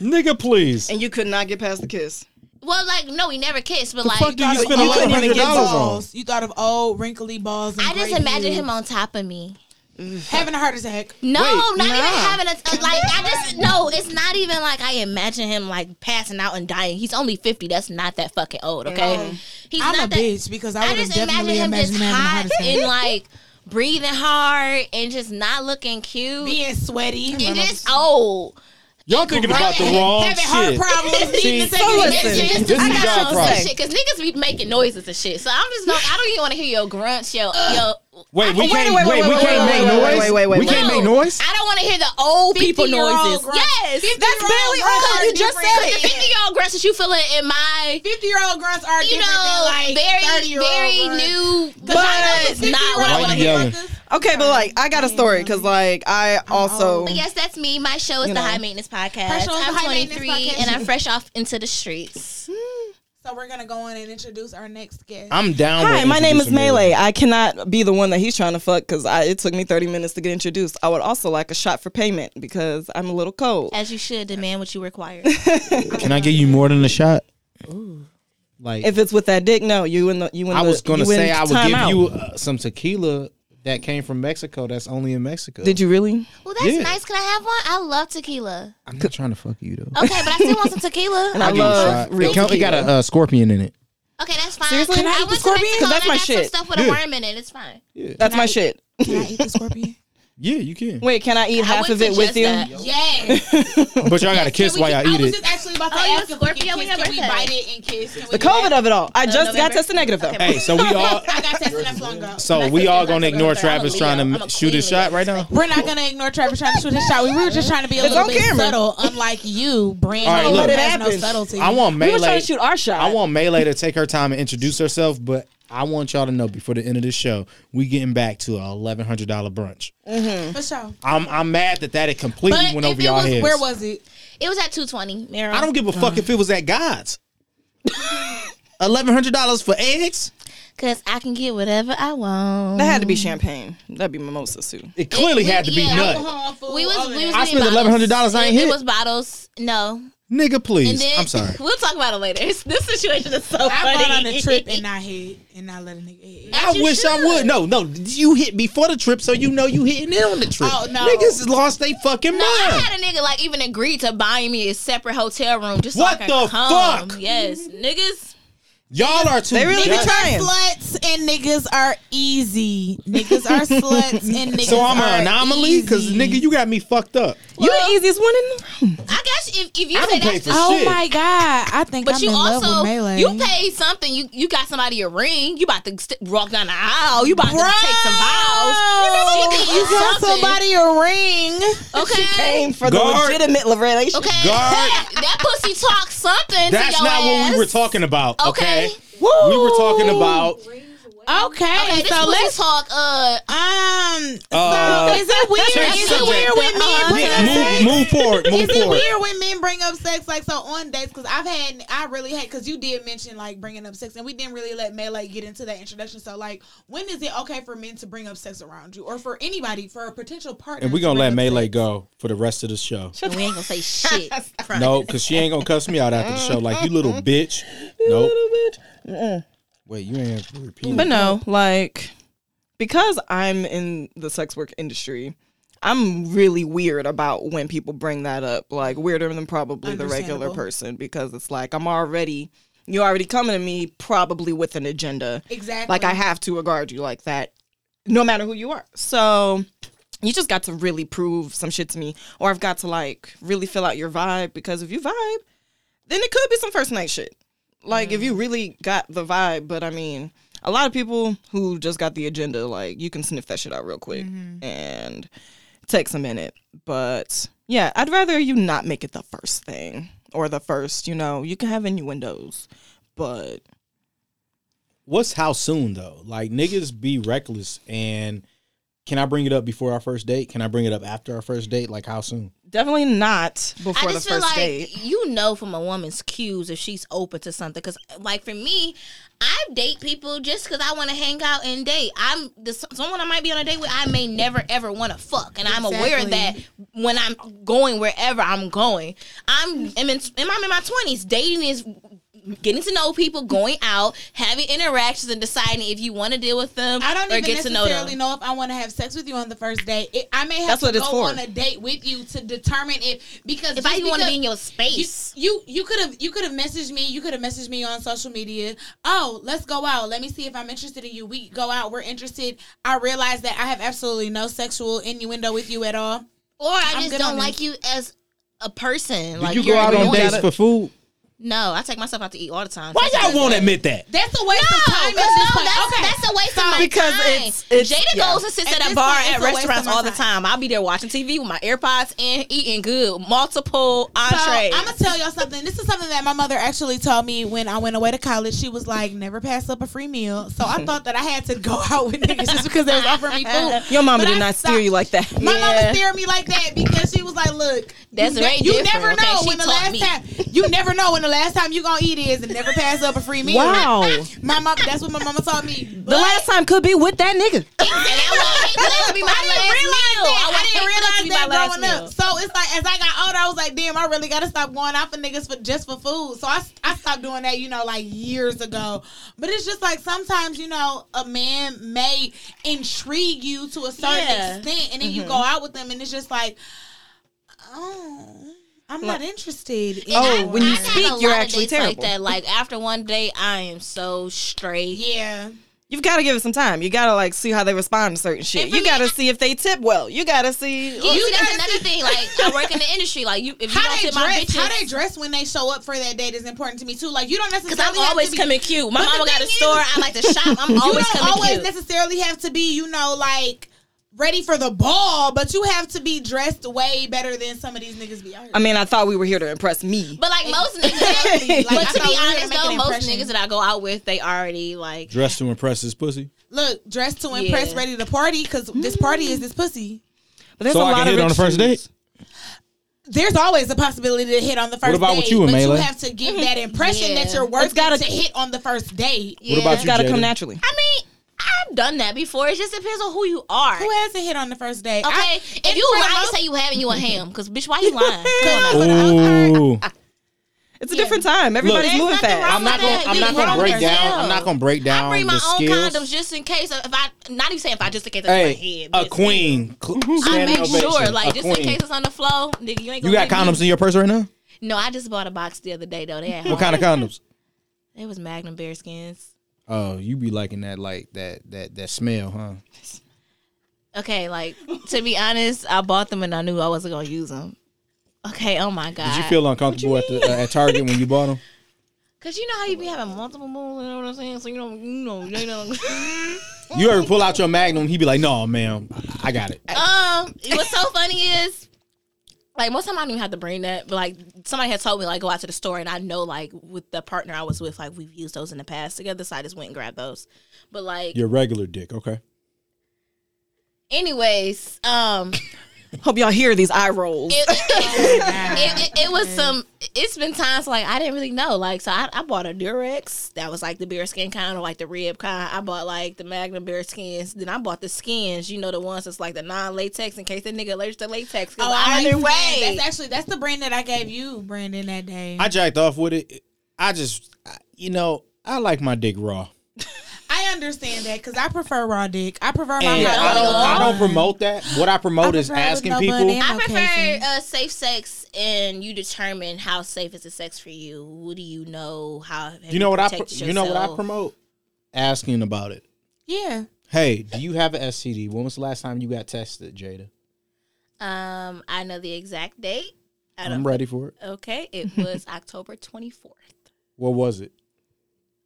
Speaker 2: nigga, please.
Speaker 4: And you could not get past the kiss.
Speaker 3: Well, like no, we never kissed, but
Speaker 2: The
Speaker 3: like
Speaker 2: fuck do you spend
Speaker 1: You
Speaker 2: eleven
Speaker 1: couldn't even
Speaker 2: hundred
Speaker 1: get
Speaker 2: dollars on?
Speaker 1: balls. You thought of old wrinkly balls. And
Speaker 3: I just
Speaker 1: gray
Speaker 3: imagine
Speaker 1: beards.
Speaker 3: him on top of me.
Speaker 1: having a heart attack.
Speaker 3: No, not even
Speaker 4: nah.
Speaker 3: having a a- like. I just no. It's not even like I imagine him like passing out and dying. He's only fifty. That's not that fucking old. Okay, he's
Speaker 1: I'm
Speaker 3: not
Speaker 1: a
Speaker 3: that.
Speaker 1: bitch because I
Speaker 3: I
Speaker 1: would have
Speaker 3: just imagine
Speaker 1: definitely
Speaker 3: him
Speaker 1: imagined
Speaker 3: just
Speaker 1: him having a
Speaker 3: hot
Speaker 1: heart attack.
Speaker 3: and like breathing hard and just not looking cute.
Speaker 1: being sweaty.
Speaker 3: and just oh. old.
Speaker 2: Y'all thinking about the wrong
Speaker 1: having heart
Speaker 2: shit.
Speaker 1: problems, needing to
Speaker 2: See,
Speaker 1: take
Speaker 4: so
Speaker 1: it
Speaker 4: listen.
Speaker 1: easy.
Speaker 3: It's just-
Speaker 2: This
Speaker 3: I
Speaker 2: is
Speaker 3: got
Speaker 2: y'all
Speaker 3: some
Speaker 2: problem.
Speaker 3: shit because niggas be making noises and shit. So I'm just not. I don't even want to hear your grunts, yo, yo.
Speaker 2: Wait, we
Speaker 4: wait,
Speaker 2: can't.
Speaker 4: wait,
Speaker 2: Wait,
Speaker 4: wait,
Speaker 2: we
Speaker 4: wait,
Speaker 2: can't
Speaker 4: wait,
Speaker 2: make
Speaker 4: wait, wait,
Speaker 2: noise.
Speaker 4: wait, wait,
Speaker 2: We
Speaker 4: wait.
Speaker 2: can't
Speaker 3: No,
Speaker 2: make noise.
Speaker 3: I don't want to hear the old people
Speaker 1: 50-year-old
Speaker 3: noises.
Speaker 1: grunts.
Speaker 3: Yes,
Speaker 1: 50-year-old
Speaker 4: That's barely
Speaker 1: grunts
Speaker 4: old.
Speaker 1: are
Speaker 4: You just
Speaker 1: different.
Speaker 4: said it.
Speaker 3: the fifty year old grunts that you feeling in my.
Speaker 1: 50 year old grunts are
Speaker 3: You
Speaker 1: different
Speaker 3: know,
Speaker 1: than like
Speaker 3: very,
Speaker 1: 30 year old
Speaker 3: very
Speaker 1: grunts.
Speaker 3: new. But
Speaker 1: uh,
Speaker 4: But-
Speaker 3: it's not what I want to hear.
Speaker 2: yelling?
Speaker 4: Okay, but like I got a story because like I also
Speaker 3: But yes, that's me. My show is
Speaker 4: You
Speaker 3: the
Speaker 4: know.
Speaker 3: High Maintenance
Speaker 1: Her
Speaker 3: Podcast.
Speaker 1: show is the
Speaker 3: I'm
Speaker 1: High Maintenance
Speaker 3: 23
Speaker 1: Podcast.
Speaker 3: and I'm fresh off into the streets.
Speaker 1: So we're gonna go in and introduce our next guest.
Speaker 2: I'm down.
Speaker 4: Hi,
Speaker 2: with
Speaker 4: my name is
Speaker 2: introducing
Speaker 4: Melee. I cannot be the one that he's trying to fuck because it took me 30 minutes to get introduced. I would also like a shot for payment because I'm a little cold.
Speaker 3: As you should demand what you require.
Speaker 2: Can I give you more than a shot? Like
Speaker 4: If it's with that dick, no, you in the you in
Speaker 2: I
Speaker 4: the,
Speaker 2: was gonna
Speaker 4: you in
Speaker 2: say, I would give
Speaker 4: timeout.
Speaker 2: you uh, some tequila that came from Mexico. That's only in Mexico.
Speaker 4: Did you really?
Speaker 3: Well, that's
Speaker 2: Yeah.
Speaker 3: nice. Can I have one? I love tequila.
Speaker 2: I'm not trying to fuck you though.
Speaker 3: Okay, but I still want some tequila.
Speaker 4: And I
Speaker 2: I'll give you a
Speaker 4: love
Speaker 2: shot.
Speaker 4: real
Speaker 2: It, count- it got a
Speaker 4: tequila.
Speaker 2: uh, scorpion in it.
Speaker 3: Okay, that's fine.
Speaker 4: Seriously? Can I eat
Speaker 3: I
Speaker 4: the
Speaker 3: went to
Speaker 4: scorpion?
Speaker 3: Mexico
Speaker 4: 'Cause that's
Speaker 3: and I
Speaker 4: my
Speaker 3: got
Speaker 4: shit.
Speaker 3: some stuff with a
Speaker 2: Yeah.
Speaker 3: worm in it. It's fine.
Speaker 4: That's my shit.
Speaker 1: Can I eat the scorpion?
Speaker 2: Yeah, you can.
Speaker 4: Wait, can I eat
Speaker 3: I
Speaker 4: half
Speaker 3: went
Speaker 4: of
Speaker 3: to
Speaker 4: it with
Speaker 3: just
Speaker 4: you?
Speaker 3: that. Yes.
Speaker 2: But y'all gotta kiss
Speaker 1: Can we just-
Speaker 2: while y'all
Speaker 1: I was
Speaker 2: eat it.
Speaker 1: just actually about to
Speaker 3: Oh, you
Speaker 1: ask
Speaker 3: a
Speaker 1: if we
Speaker 3: Scorpio?
Speaker 1: can
Speaker 3: We
Speaker 1: kiss.
Speaker 3: got
Speaker 1: Can we
Speaker 3: birthday.
Speaker 1: bite it and kiss? Can we
Speaker 4: The
Speaker 1: do that?
Speaker 4: COVID of it all. I just got
Speaker 3: November?
Speaker 4: tested negative though.
Speaker 2: Hey, so we all
Speaker 1: I got tested and flung up.
Speaker 2: so we all gonna ignore Travis trying
Speaker 3: I'm a
Speaker 2: to shoot his
Speaker 3: queen.
Speaker 2: shot right now.
Speaker 1: We're not gonna ignore Trevor trying to shoot his shot. We were just trying to be a little
Speaker 4: on
Speaker 1: bit
Speaker 4: camera.
Speaker 1: subtle, unlike you, Brand.
Speaker 2: All right,
Speaker 1: who has
Speaker 2: look. Let
Speaker 4: it
Speaker 1: no
Speaker 4: happen.
Speaker 1: subtlety.
Speaker 2: I want
Speaker 4: We were trying
Speaker 2: melee.
Speaker 4: to shoot our shot.
Speaker 2: I want melee to take her time and introduce herself, but. I want y'all to know before the end of this show, we getting back to a eleven hundred dollar brunch.
Speaker 1: for sure.
Speaker 2: I'm I'm mad that that it completely
Speaker 1: But
Speaker 2: went
Speaker 1: if
Speaker 2: over
Speaker 1: it
Speaker 2: y'all
Speaker 1: was,
Speaker 2: heads.
Speaker 1: where was it?
Speaker 3: It was at 220, Meryl.
Speaker 2: I don't give a fuck if it was at God's. Eleven hundred dollars for eggs?
Speaker 3: Because I can get whatever I want.
Speaker 4: That had to be champagne. That'd be mimosa too.
Speaker 2: It clearly
Speaker 3: we-
Speaker 2: had to be
Speaker 3: yeah,
Speaker 2: nut.
Speaker 1: Alcohol, food,
Speaker 3: We
Speaker 1: all
Speaker 3: was,
Speaker 1: of
Speaker 3: we was
Speaker 1: that.
Speaker 2: I
Speaker 3: getting
Speaker 2: spent $1,100 I
Speaker 3: bottles.
Speaker 2: ain't
Speaker 3: it,
Speaker 2: hit.
Speaker 3: It was bottles. No.
Speaker 2: Nigga,
Speaker 3: And
Speaker 2: please.
Speaker 3: then
Speaker 2: I'm sorry.
Speaker 3: We'll talk about it later. It's- This situation is so funny.
Speaker 1: I went on a trip and I hit and not let a nigga hit.
Speaker 2: I
Speaker 3: you
Speaker 2: wish I
Speaker 3: should.
Speaker 2: would. No, no. You hit before the trip, so you know you hitting it on the trip.
Speaker 1: Oh, no.
Speaker 2: Niggas lost they fucking
Speaker 3: no, I
Speaker 2: mind.
Speaker 3: had a nigga like even agreed to buying me a separate hotel room just
Speaker 2: What
Speaker 3: so I
Speaker 2: the
Speaker 3: could come.
Speaker 2: fuck?
Speaker 3: Yes, niggas.
Speaker 2: Y'all are too.
Speaker 4: They really be
Speaker 2: judgy.
Speaker 4: trying.
Speaker 1: Sluts and niggas are easy. Niggas are sluts and niggas
Speaker 2: So I'm
Speaker 1: are
Speaker 2: an anomaly because
Speaker 1: easy.
Speaker 2: nigga, you got me fucked up.
Speaker 4: You're the easiest one in the room.
Speaker 3: I guess if, if you
Speaker 2: I
Speaker 3: say
Speaker 2: don't pay
Speaker 3: that's
Speaker 2: for
Speaker 1: Oh
Speaker 2: shit.
Speaker 1: my god! I think
Speaker 3: But
Speaker 1: I'm
Speaker 3: you
Speaker 1: in love
Speaker 3: also
Speaker 1: with Melee.
Speaker 3: you paid something. You you got somebody a ring. You about to st- walk down the aisle. You about to take some vows.
Speaker 1: Bro, You got somebody a ring.
Speaker 3: Okay.
Speaker 4: Aim for
Speaker 2: Guard.
Speaker 4: the legitimate le- relationship.
Speaker 3: Okay.
Speaker 2: God.
Speaker 3: That pussy talks something.
Speaker 2: That's
Speaker 3: to your
Speaker 2: not what
Speaker 3: ass.
Speaker 2: we were talking about. Okay.
Speaker 3: Okay.
Speaker 2: We were talking about
Speaker 1: Okay,
Speaker 3: Okay, this
Speaker 1: so
Speaker 3: pussy
Speaker 1: let's
Speaker 3: talk. Uh,
Speaker 1: um.
Speaker 2: Uh,
Speaker 1: so is it weird?
Speaker 2: change
Speaker 1: Is it
Speaker 2: subject.
Speaker 1: weird when men
Speaker 3: Uh,
Speaker 1: bring up
Speaker 2: move,
Speaker 1: sex?
Speaker 2: move forward. Move
Speaker 1: Is it
Speaker 2: forward.
Speaker 1: weird when men bring up sex like so on dates? Because I've had, I really had, because you did mention like bringing up sex, and we didn't really let Melee get into that introduction. So like, when is it okay for men to bring up sex around you, or for anybody, for a potential partner?
Speaker 2: And we're
Speaker 1: to
Speaker 2: gonna
Speaker 1: bring
Speaker 2: let
Speaker 1: up
Speaker 2: Melee
Speaker 1: sex?
Speaker 2: go for the rest of the show.
Speaker 3: we ain't gonna say shit.
Speaker 2: No, because she ain't gonna cuss me out after the show. Like you little bitch. Nope. Wait, you ain't have to repeat.
Speaker 4: But
Speaker 2: it.
Speaker 4: no, like because I'm in the sex work industry, I'm really weird about when people bring that up. Like weirder than probably the regular
Speaker 1: Understandable.
Speaker 4: person because it's like I'm already you're already coming to me probably with an agenda.
Speaker 1: Exactly.
Speaker 4: Like I have to regard you like that, no matter who you are. So you just got to really prove some shit to me, or I've got to like really fill out your vibe because if you vibe, then it could be some first night shit. Like if you really got the vibe, but I mean, a lot of people who just got the agenda, like you can sniff that shit out real quick and it takes a minute. But yeah, I'd rather you not make it the first thing or the first. You know, you can have innuendos, but
Speaker 2: What's how soon though? Like niggas be reckless and can I bring it up before our first date? Can I bring it up after our first date? Like how soon?
Speaker 4: definitely not
Speaker 3: I
Speaker 4: before the
Speaker 3: just feel
Speaker 4: first
Speaker 3: like
Speaker 4: date.
Speaker 3: you know from a woman's cues if she's open to something. Because like for me, I date people just because I want to hang out and date. I'm the, someone I might be on a date with. I may never ever want to fuck, and I'm aware of that
Speaker 1: Exactly.
Speaker 3: when I'm going wherever I'm going. I'm am in, am I'm in my twenties. Dating is getting to know people, going out, having interactions, and deciding if you want to deal with them
Speaker 1: I don't
Speaker 3: or
Speaker 1: even
Speaker 3: get to know
Speaker 1: necessarily
Speaker 3: them.
Speaker 1: know, if I want to have sex with you on the first date. It, I may have
Speaker 4: That's what
Speaker 1: to
Speaker 4: it's
Speaker 1: go
Speaker 4: for.
Speaker 1: on a date with you to determine if because
Speaker 3: If
Speaker 1: just
Speaker 3: I even want to
Speaker 1: because-
Speaker 3: be in your
Speaker 1: you
Speaker 3: space.
Speaker 1: you you could have you could have messaged me you could have messaged me on social media oh let's go out let me see if i'm interested in you we go out we're interested i realize that i have absolutely no sexual innuendo with you at all
Speaker 3: Or I
Speaker 1: I'm
Speaker 3: just
Speaker 1: good on
Speaker 3: don't
Speaker 1: this.
Speaker 3: like you as a person. like
Speaker 2: you
Speaker 3: you're
Speaker 2: go out
Speaker 3: annoying.
Speaker 2: on dates for food?
Speaker 3: No, I take myself out to eat all the time.
Speaker 2: Why y'all won't admit that?
Speaker 1: that's a waste of
Speaker 3: No,
Speaker 1: time at
Speaker 3: 'cause
Speaker 1: this
Speaker 3: no,
Speaker 1: point
Speaker 3: that's,
Speaker 1: okay
Speaker 3: that's a waste of my
Speaker 4: Because
Speaker 3: time.
Speaker 4: it's- it's-
Speaker 3: Jada
Speaker 4: yeah.
Speaker 3: goes and sits
Speaker 1: At
Speaker 3: at,
Speaker 1: this
Speaker 3: a bar
Speaker 1: point,
Speaker 3: at
Speaker 1: it's a waste of
Speaker 3: restaurants
Speaker 1: my
Speaker 3: all the
Speaker 1: time.
Speaker 3: time. I'll be there watching TV with my AirPods in, eating good, multiple entrees.
Speaker 1: I'm gonna tell y'all something. This is something that my mother actually told me when I went away to college. She was like, "Never pass up a free meal." So I thought that I had to go out with niggas just because they was offering me food.
Speaker 4: Your mama
Speaker 1: But
Speaker 4: did
Speaker 1: I
Speaker 4: not
Speaker 1: stopped-
Speaker 4: steer you like that.
Speaker 1: My
Speaker 3: Yeah.
Speaker 1: mama steered me like that because she was like, "Look,
Speaker 3: That's
Speaker 1: you,
Speaker 3: very
Speaker 1: you
Speaker 3: different,
Speaker 1: never
Speaker 3: okay?
Speaker 1: know
Speaker 3: She
Speaker 1: when the
Speaker 3: taught
Speaker 1: last
Speaker 3: me.
Speaker 1: time you never know when the last time you gonna eat is, and never pass up a free meal."
Speaker 4: Wow.
Speaker 1: my mom. That's what my mama taught me.
Speaker 4: The last time could be with that nigga.
Speaker 3: and I want hate that to be my
Speaker 1: I didn't
Speaker 3: last
Speaker 1: realize
Speaker 3: meal.
Speaker 1: that.
Speaker 3: I,
Speaker 1: I,
Speaker 3: want
Speaker 1: didn't
Speaker 3: hate
Speaker 1: realize that
Speaker 3: that to
Speaker 1: growing
Speaker 3: be my
Speaker 1: up.
Speaker 3: last
Speaker 1: So it's like as I got older, I was like, damn, I really gotta stop going out for niggas for just for food. So I, I stopped doing that, you know, like years ago. But it's just like sometimes, you know, a man may intrigue you to a certain
Speaker 3: Yeah. Mm-hmm.
Speaker 1: extent, and then you go out with them, and it's just like, oh, I'm not interested. in
Speaker 3: meal.
Speaker 1: you."
Speaker 4: Oh, when you
Speaker 3: I've had
Speaker 4: speak,
Speaker 3: a lot
Speaker 4: you're
Speaker 3: of
Speaker 4: actually
Speaker 3: dates Like
Speaker 4: terrible.
Speaker 3: that, like after one day, I am so straight.
Speaker 1: yeah,
Speaker 4: You've got to give it some time. You got to like see how they respond to certain shit.
Speaker 3: And for
Speaker 4: You
Speaker 3: me,
Speaker 4: got to
Speaker 3: I-
Speaker 4: see if they tip well. You got to see.
Speaker 3: You,
Speaker 1: You
Speaker 3: see, that's
Speaker 1: gotta
Speaker 3: another thing. Like I work in the industry. Like you, if you
Speaker 1: how
Speaker 3: don't
Speaker 1: they
Speaker 3: tip my
Speaker 1: dress, how they
Speaker 3: bitches,
Speaker 1: dress when they show up for that date is important to me too. Like you don't necessarily
Speaker 3: because I'm
Speaker 1: have to
Speaker 3: always
Speaker 1: be-
Speaker 3: coming cute. My
Speaker 1: But the
Speaker 3: mama got a
Speaker 1: thing is-
Speaker 3: store. I like to shop. I'm always
Speaker 1: you don't
Speaker 3: coming
Speaker 1: always
Speaker 3: cute.
Speaker 1: necessarily have to be, you know, like ready for the ball, but you have to be dressed way better than some of these niggas be out
Speaker 3: Um,
Speaker 1: here.
Speaker 4: I mean, I thought we were here to impress me.
Speaker 3: But like most niggas,
Speaker 1: Exactly. Like,
Speaker 3: but
Speaker 1: I
Speaker 3: to
Speaker 1: thought
Speaker 3: be
Speaker 1: we were gonna
Speaker 3: honest
Speaker 1: make an
Speaker 3: though, most
Speaker 1: impression.
Speaker 3: niggas that I go out with, they already like.
Speaker 2: Dress to impress his pussy.
Speaker 1: look dressed to impress,
Speaker 3: Yeah.
Speaker 1: ready to party, because this party is this pussy.
Speaker 4: But there's
Speaker 2: So
Speaker 4: a
Speaker 2: I
Speaker 4: lot
Speaker 2: can
Speaker 4: of
Speaker 2: hit on the
Speaker 4: rich
Speaker 2: first
Speaker 4: dudes.
Speaker 2: date.
Speaker 1: There's always a possibility to hit on the first
Speaker 2: about
Speaker 1: date,
Speaker 2: with you,
Speaker 1: but
Speaker 2: Amela?
Speaker 1: you have to give that impression
Speaker 3: Mm-hmm. Yeah.
Speaker 1: that you're worth
Speaker 4: It's gotta-
Speaker 1: it to hit on the first date.
Speaker 3: Yeah.
Speaker 2: What about
Speaker 4: It's
Speaker 2: you,
Speaker 4: got to
Speaker 2: Jada?
Speaker 4: come naturally.
Speaker 3: I mean, I've done that before. It just depends on who you are.
Speaker 1: Who hasn't hit on the first date?
Speaker 3: Okay,
Speaker 1: I-
Speaker 3: if
Speaker 1: and
Speaker 3: you
Speaker 1: for
Speaker 3: lying,
Speaker 1: most-
Speaker 3: say you having you a ham, because bitch, why you lying? Come on now.
Speaker 1: Cause I'm sorry.
Speaker 2: Ooh.
Speaker 4: It's a
Speaker 3: Yeah.
Speaker 4: different time. Everybody's
Speaker 2: There's
Speaker 4: moving
Speaker 3: nothing
Speaker 4: fast.
Speaker 3: wrong
Speaker 2: I'm not gonna.
Speaker 3: that.
Speaker 2: I'm
Speaker 3: You
Speaker 2: not gonna
Speaker 3: grown
Speaker 2: break
Speaker 3: as
Speaker 2: down.
Speaker 3: hell.
Speaker 2: I'm not gonna break down.
Speaker 3: I bring my
Speaker 2: the
Speaker 3: own
Speaker 2: skills.
Speaker 3: condoms just in case. If I not even saying if I just in case I
Speaker 2: Hey,
Speaker 3: hit my head.
Speaker 2: a queen. Cl-
Speaker 3: I
Speaker 2: standing
Speaker 3: make sure,
Speaker 2: ovation.
Speaker 3: like,
Speaker 2: A
Speaker 3: just in
Speaker 2: queen.
Speaker 3: case it's on the floor, nigga, you ain't
Speaker 2: You
Speaker 3: gonna
Speaker 2: got
Speaker 3: hit
Speaker 2: condoms
Speaker 3: me.
Speaker 2: in your purse right now?
Speaker 3: No, I just bought a box the other day though. They had
Speaker 2: What kind of condoms?
Speaker 3: It was Magnum bear skins.
Speaker 2: Oh, you be liking that, like that, that, that smell, huh?
Speaker 3: Okay, like to be honest, I bought them and I knew I wasn't gonna use them. Okay, oh my god.
Speaker 2: Did you feel uncomfortable at the uh, at Target when you bought them?
Speaker 3: Cause you know how you be having multiple moons, you know what I'm saying? So you don't, you know, you know.
Speaker 2: You ever pull out your Magnum? He be like, "No, ma'am, I- I got it."
Speaker 3: um, what's so funny is, like most time I don't even have to bring that, but like somebody had told me like go out to the store, and I know like with the partner I was with, like we've used those in the past together, so I just went and grabbed those. But like,
Speaker 2: Your regular dick, okay?
Speaker 3: anyways, um,
Speaker 4: Hope y'all hear these eye rolls.
Speaker 3: it, it, it, it was some. It's been times like I didn't really know. Like so, I, I bought a Durex that was like the bear skin kind or like the rib kind. I bought like the Magnum bear skins. Then I bought the skins. You know the ones that's like the non latex in case that nigga allergic to latex. 'Cause
Speaker 1: Oh, I
Speaker 3: either
Speaker 1: like
Speaker 3: way,
Speaker 1: way. That's actually that's the brand that I gave you, Brandon, that day.
Speaker 2: I jacked off with it. I just, I- you know, I like my dick raw.
Speaker 1: I understand that because I prefer raw dick. I prefer my
Speaker 2: And
Speaker 1: hot
Speaker 2: I don't, I
Speaker 1: dog.
Speaker 2: don't promote that. What I promote
Speaker 1: I
Speaker 2: is
Speaker 1: prefer it with
Speaker 2: asking
Speaker 1: no
Speaker 2: people.
Speaker 1: butt in.
Speaker 3: I
Speaker 1: Okay,
Speaker 3: prefer
Speaker 1: so-
Speaker 3: uh, safe sex, and you determine how safe is the sex for you. What do you know? How have
Speaker 2: You know what I? Pr-
Speaker 3: protected
Speaker 2: you know what I
Speaker 3: yourself?
Speaker 2: promote? Asking about it.
Speaker 1: Yeah.
Speaker 2: Hey, do you have an STD? When was the last time you got tested, Jada?
Speaker 3: Um, I know the exact date. I
Speaker 2: I'm
Speaker 3: don't.
Speaker 2: ready for it.
Speaker 3: Okay, it was October twenty fourth.
Speaker 2: What was it?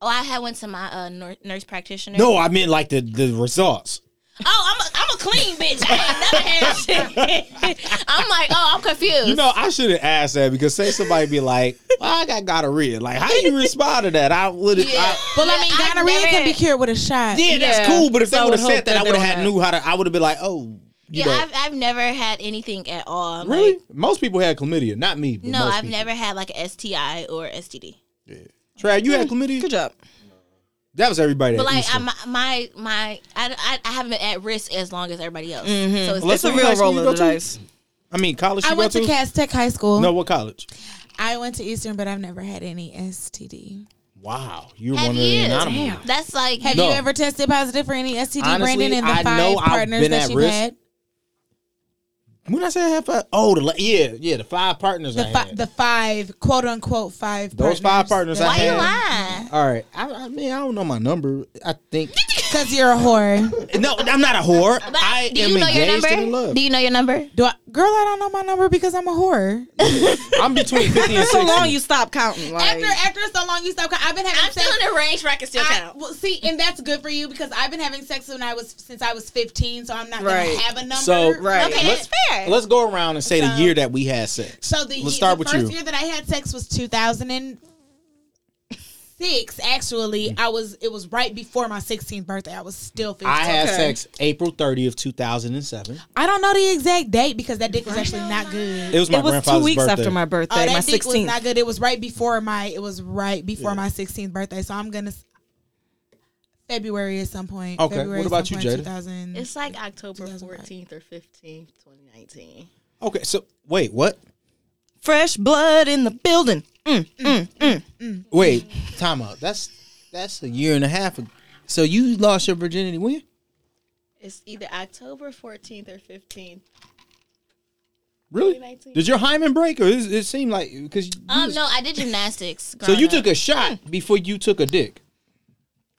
Speaker 3: Oh, I had went to my uh, nur- nurse practitioner.
Speaker 2: No, I meant like the the results.
Speaker 3: Oh, I'm a, I'm a clean bitch. I ain't never had shit. I'm like, oh, I'm confused.
Speaker 2: You know, I should have asked that because say somebody be like, well, "I got gonorrhea." Like, how you respond to that? I would have.
Speaker 3: yeah.
Speaker 1: But I mean,
Speaker 3: Yeah, I've
Speaker 1: gonorrhea can
Speaker 3: never-
Speaker 1: be cured with a shot.
Speaker 2: Yeah, that's
Speaker 4: Yeah.
Speaker 2: cool. But if
Speaker 4: So I
Speaker 2: they would
Speaker 4: would
Speaker 2: have said that,
Speaker 4: hope that
Speaker 2: I
Speaker 4: they
Speaker 2: would have
Speaker 4: don't
Speaker 2: had
Speaker 4: have-
Speaker 2: knew how to. I would have been like, "Oh, you
Speaker 3: Yeah,
Speaker 2: know,
Speaker 3: I've I've never had anything at all. I'm
Speaker 2: really."
Speaker 3: Like,
Speaker 2: most people had chlamydia, not me. But
Speaker 3: no,
Speaker 2: most
Speaker 3: I've
Speaker 2: people.
Speaker 3: never had like a STI or STD.
Speaker 2: Trav, you had chlamydia.
Speaker 4: Mm. Good job.
Speaker 2: That was everybody.
Speaker 3: But
Speaker 2: at
Speaker 3: like,
Speaker 2: Easter.
Speaker 3: I, my my, my I, I I haven't been at risk as long as everybody else.
Speaker 1: Mm-hmm.
Speaker 3: So it's
Speaker 2: Let's
Speaker 4: It's a
Speaker 2: What
Speaker 4: real
Speaker 2: high school
Speaker 4: roll
Speaker 2: you
Speaker 4: of
Speaker 2: go
Speaker 4: the
Speaker 2: to?
Speaker 4: dice.
Speaker 2: I mean, college.
Speaker 1: I
Speaker 2: you go
Speaker 1: went to
Speaker 2: to?
Speaker 1: Cass Tech High School.
Speaker 2: No, what college?
Speaker 1: I went to Eastern, but I've never had any STD.
Speaker 2: Wow, you're
Speaker 3: have
Speaker 2: one of the
Speaker 3: you?
Speaker 2: anonymous.
Speaker 3: That's like
Speaker 1: Have
Speaker 2: No.
Speaker 1: you ever tested positive for any STD,
Speaker 2: Honestly,
Speaker 1: Brandon, and the
Speaker 2: I know
Speaker 1: five
Speaker 2: I've
Speaker 1: partners
Speaker 2: been
Speaker 1: that
Speaker 2: at
Speaker 1: you've
Speaker 2: risk.
Speaker 1: had?
Speaker 2: When I said I had five, oh, the la- yeah, yeah, the five partners.
Speaker 1: The,
Speaker 2: I
Speaker 1: fi-
Speaker 2: had.
Speaker 1: the five, quote unquote, five
Speaker 2: Those five partners I
Speaker 3: why you
Speaker 2: had-
Speaker 3: lying?
Speaker 2: All right, I, I mean, I don't know my number. I think
Speaker 1: Because you're a whore.
Speaker 2: no, I'm not a whore. I
Speaker 3: Do
Speaker 2: am
Speaker 3: you know your
Speaker 2: engaged and in
Speaker 3: number?
Speaker 2: love.
Speaker 3: Do you know your number?
Speaker 1: Do I, girl, I don't know my number because I'm a whore.
Speaker 2: I'm between fifty and
Speaker 4: So
Speaker 2: sixty.
Speaker 4: long you stop counting. Like,
Speaker 1: After after so long you stop, I've been having
Speaker 3: I'm
Speaker 1: sex.
Speaker 3: still in a range where I can still
Speaker 1: I,
Speaker 3: count.
Speaker 1: well, see, and that's good for you because I've been having sex when I was since I was 15, so I'm not
Speaker 4: Right.
Speaker 1: gonna have a number.
Speaker 2: So-
Speaker 4: Right.
Speaker 3: Okay,
Speaker 2: Let's-
Speaker 3: that's fair.
Speaker 2: Let's go around and say the
Speaker 1: So-
Speaker 2: year that we had sex.
Speaker 1: So the,
Speaker 2: Let's
Speaker 1: ye-
Speaker 2: start
Speaker 1: the
Speaker 2: with
Speaker 1: first
Speaker 2: you.
Speaker 1: year that I had sex was 2006. Actually, I was it was right before my 16th birthday. I was still 15.
Speaker 2: I
Speaker 1: I,
Speaker 2: had
Speaker 4: Okay.
Speaker 2: sex April 30th, 2007.
Speaker 1: don't know the exact date because that dick was actually not good.
Speaker 2: It was my
Speaker 4: it was two
Speaker 2: grandfather's
Speaker 4: weeks
Speaker 2: birthday.
Speaker 4: after my
Speaker 1: Oh, that
Speaker 4: birthday, my
Speaker 1: dick was
Speaker 4: 16th.
Speaker 1: not good. It was right before my it was right before my 16th birthday. So I'm gonna s- February at some point.
Speaker 2: Okay,
Speaker 1: February
Speaker 2: what
Speaker 1: at
Speaker 2: about
Speaker 1: some
Speaker 2: you,
Speaker 1: point,
Speaker 2: Jada?
Speaker 1: 2000.
Speaker 3: It's like October
Speaker 1: 2005.
Speaker 3: 14th or 15th, 2019.
Speaker 2: Okay, so wait, what?
Speaker 4: Fresh blood in the building. Mm.
Speaker 2: Wait, time out. That's that's a year and a half ago. So you lost your virginity when?
Speaker 3: It's either October 14th or 15th.
Speaker 2: Really?
Speaker 3: 2019.
Speaker 2: Did your hymen break, or is, it seemed like because?
Speaker 3: Um, no, I did gymnastics.
Speaker 2: so you
Speaker 3: growing
Speaker 2: took
Speaker 3: up.
Speaker 2: a shot before you took a dick,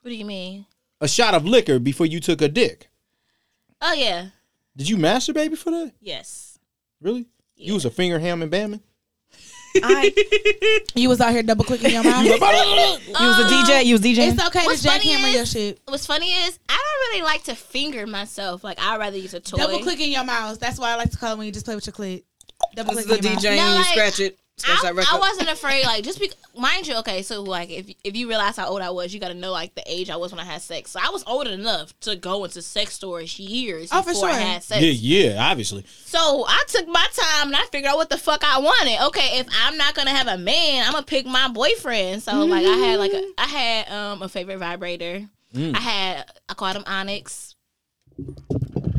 Speaker 3: What do you mean?
Speaker 2: a shot of liquor before you took a dick.
Speaker 3: Oh yeah,
Speaker 2: Did you masturbate before that?
Speaker 3: yes.
Speaker 2: Really? You was a finger ham and bamming.
Speaker 1: You was out here double clicking your mouth.
Speaker 4: You was a DJ. You was DJing.
Speaker 1: it's okay to
Speaker 3: What's funny
Speaker 1: jackhammer your
Speaker 3: is-
Speaker 1: shit.
Speaker 3: Um, What's funny is I don't really like to finger myself. Like I'd rather use a toy.
Speaker 1: Double clicking your mouse. That's why I like to call it when you just play with your clit. Double
Speaker 4: This is
Speaker 1: clicking
Speaker 4: the
Speaker 1: your mouse.
Speaker 4: DJ.
Speaker 3: No,
Speaker 4: you
Speaker 3: like,
Speaker 4: scratch it. Scratch
Speaker 3: I,
Speaker 4: that record.
Speaker 3: I wasn't afraid. Like just because, mind you, okay. So like if if you realize how old I was, you got to know like the age I was when I had sex. So I was old enough to go into sex stores years
Speaker 1: Oh, for
Speaker 3: before I
Speaker 1: sure.
Speaker 3: had
Speaker 2: Yeah,
Speaker 3: sex.
Speaker 2: yeah, obviously.
Speaker 3: So I took my time and I figured out what the fuck I wanted. Okay, if I'm not gonna have a man, I'm gonna pick my boyfriend. So like I had like a, I had
Speaker 2: Mm.
Speaker 3: um a favorite vibrator. I had I called him Onyx.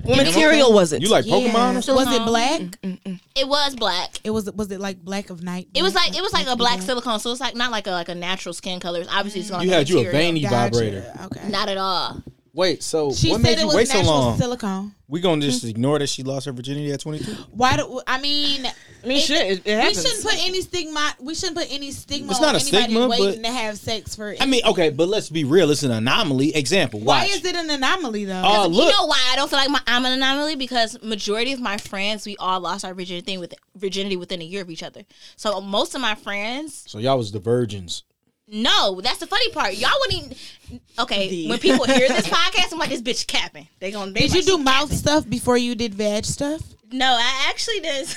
Speaker 4: What material was it?
Speaker 2: You like Pokemon? or
Speaker 3: Yeah.
Speaker 2: something?
Speaker 1: Was it
Speaker 3: Silicone.
Speaker 1: black?
Speaker 3: It was black.
Speaker 1: It was. Was it like black of night?
Speaker 3: It was
Speaker 1: black
Speaker 3: like it was like a black silicone, so it's like not like a like a natural skin color. It's Obviously, it's gonna
Speaker 2: You
Speaker 3: have
Speaker 2: had you a
Speaker 3: material.
Speaker 2: veiny
Speaker 1: Gotcha.
Speaker 2: vibrator.
Speaker 1: Okay.
Speaker 3: Not at all.
Speaker 2: Wait, so
Speaker 1: she
Speaker 2: what
Speaker 1: said
Speaker 2: made
Speaker 1: it
Speaker 2: you
Speaker 1: was
Speaker 2: wait so
Speaker 1: natural
Speaker 2: long?
Speaker 1: silicone.
Speaker 2: we gonna just ignore that she lost her virginity at 22?
Speaker 1: Why do I mean?
Speaker 4: I mean, shit, it, it
Speaker 1: We
Speaker 4: happens.
Speaker 1: shouldn't put any stigma. We shouldn't put any stigma.
Speaker 2: It's
Speaker 1: on
Speaker 2: not a
Speaker 1: anybody
Speaker 2: stigma,
Speaker 1: waiting
Speaker 2: but-
Speaker 1: to have sex for.
Speaker 2: I mean, okay, but let's be real. It's an anomaly. Example.
Speaker 1: why
Speaker 2: Watch.
Speaker 1: is it an anomaly though?
Speaker 2: Oh, look.
Speaker 3: You know why I don't feel like my, I'm an anomaly because majority of my friends we all lost our virginity with virginity within a year of each other. So most of my friends,
Speaker 2: so y'all was the virgins.
Speaker 3: no, that's the funny part. Y'all wouldn't. Okay, when people hear this podcast, I'm like, this bitch capping. They gonna. They
Speaker 1: did you
Speaker 3: like,
Speaker 1: do
Speaker 3: she
Speaker 1: mouth
Speaker 3: capping.
Speaker 1: stuff before you did vag stuff?
Speaker 3: No, I actually did.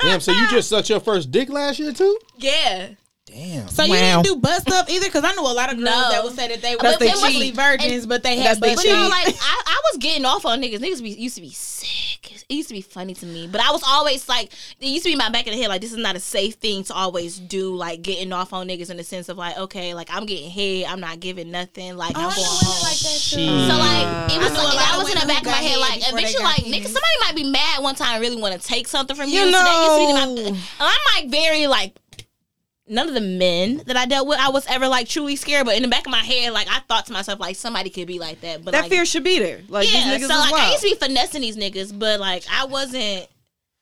Speaker 2: Damn, so you just sucked your first dick last year too?
Speaker 3: yeah.
Speaker 2: Damn.
Speaker 1: So you didn't do butt stuff either, because I knew a lot of girls
Speaker 3: No.
Speaker 1: that would say that they were
Speaker 3: That's they
Speaker 1: completely
Speaker 3: cheat.
Speaker 1: virgins,
Speaker 3: And-
Speaker 1: but they had
Speaker 4: that's they
Speaker 1: butt
Speaker 3: But no,
Speaker 1: cheat.
Speaker 3: like I, I was getting off on niggas. Niggas be, used to be sick. It used to be funny to me, but I was always like, it used to be in my back of the head. Like this is not a safe thing to always do. Like getting off on niggas in the sense of like, okay, like I'm getting head. I'm not giving nothing. Like I'm
Speaker 1: I
Speaker 3: going
Speaker 1: knew
Speaker 3: home.
Speaker 1: women like that too.
Speaker 5: Shit.
Speaker 3: So like it was
Speaker 1: I know a lot
Speaker 3: like that
Speaker 1: of
Speaker 3: was in
Speaker 1: women
Speaker 3: the back of
Speaker 1: who
Speaker 3: my
Speaker 1: got
Speaker 3: head.
Speaker 1: head
Speaker 3: Like
Speaker 1: before they
Speaker 3: eventually,
Speaker 1: got
Speaker 3: like nigga,
Speaker 1: penis.
Speaker 3: somebody might be mad one time. and Really want to take something from you.
Speaker 4: You
Speaker 3: so that used to be
Speaker 4: know.
Speaker 3: in my- and I'm like very like. None of the men that I dealt with, I was ever like truly scared. But in the back of my head, like I thought to myself, like somebody could be like that. But
Speaker 4: that
Speaker 3: like,
Speaker 4: fear should be there. Like
Speaker 3: yeah,
Speaker 4: these niggas
Speaker 3: so like I
Speaker 4: is wild.
Speaker 3: used to be finessing these niggas, but like I wasn't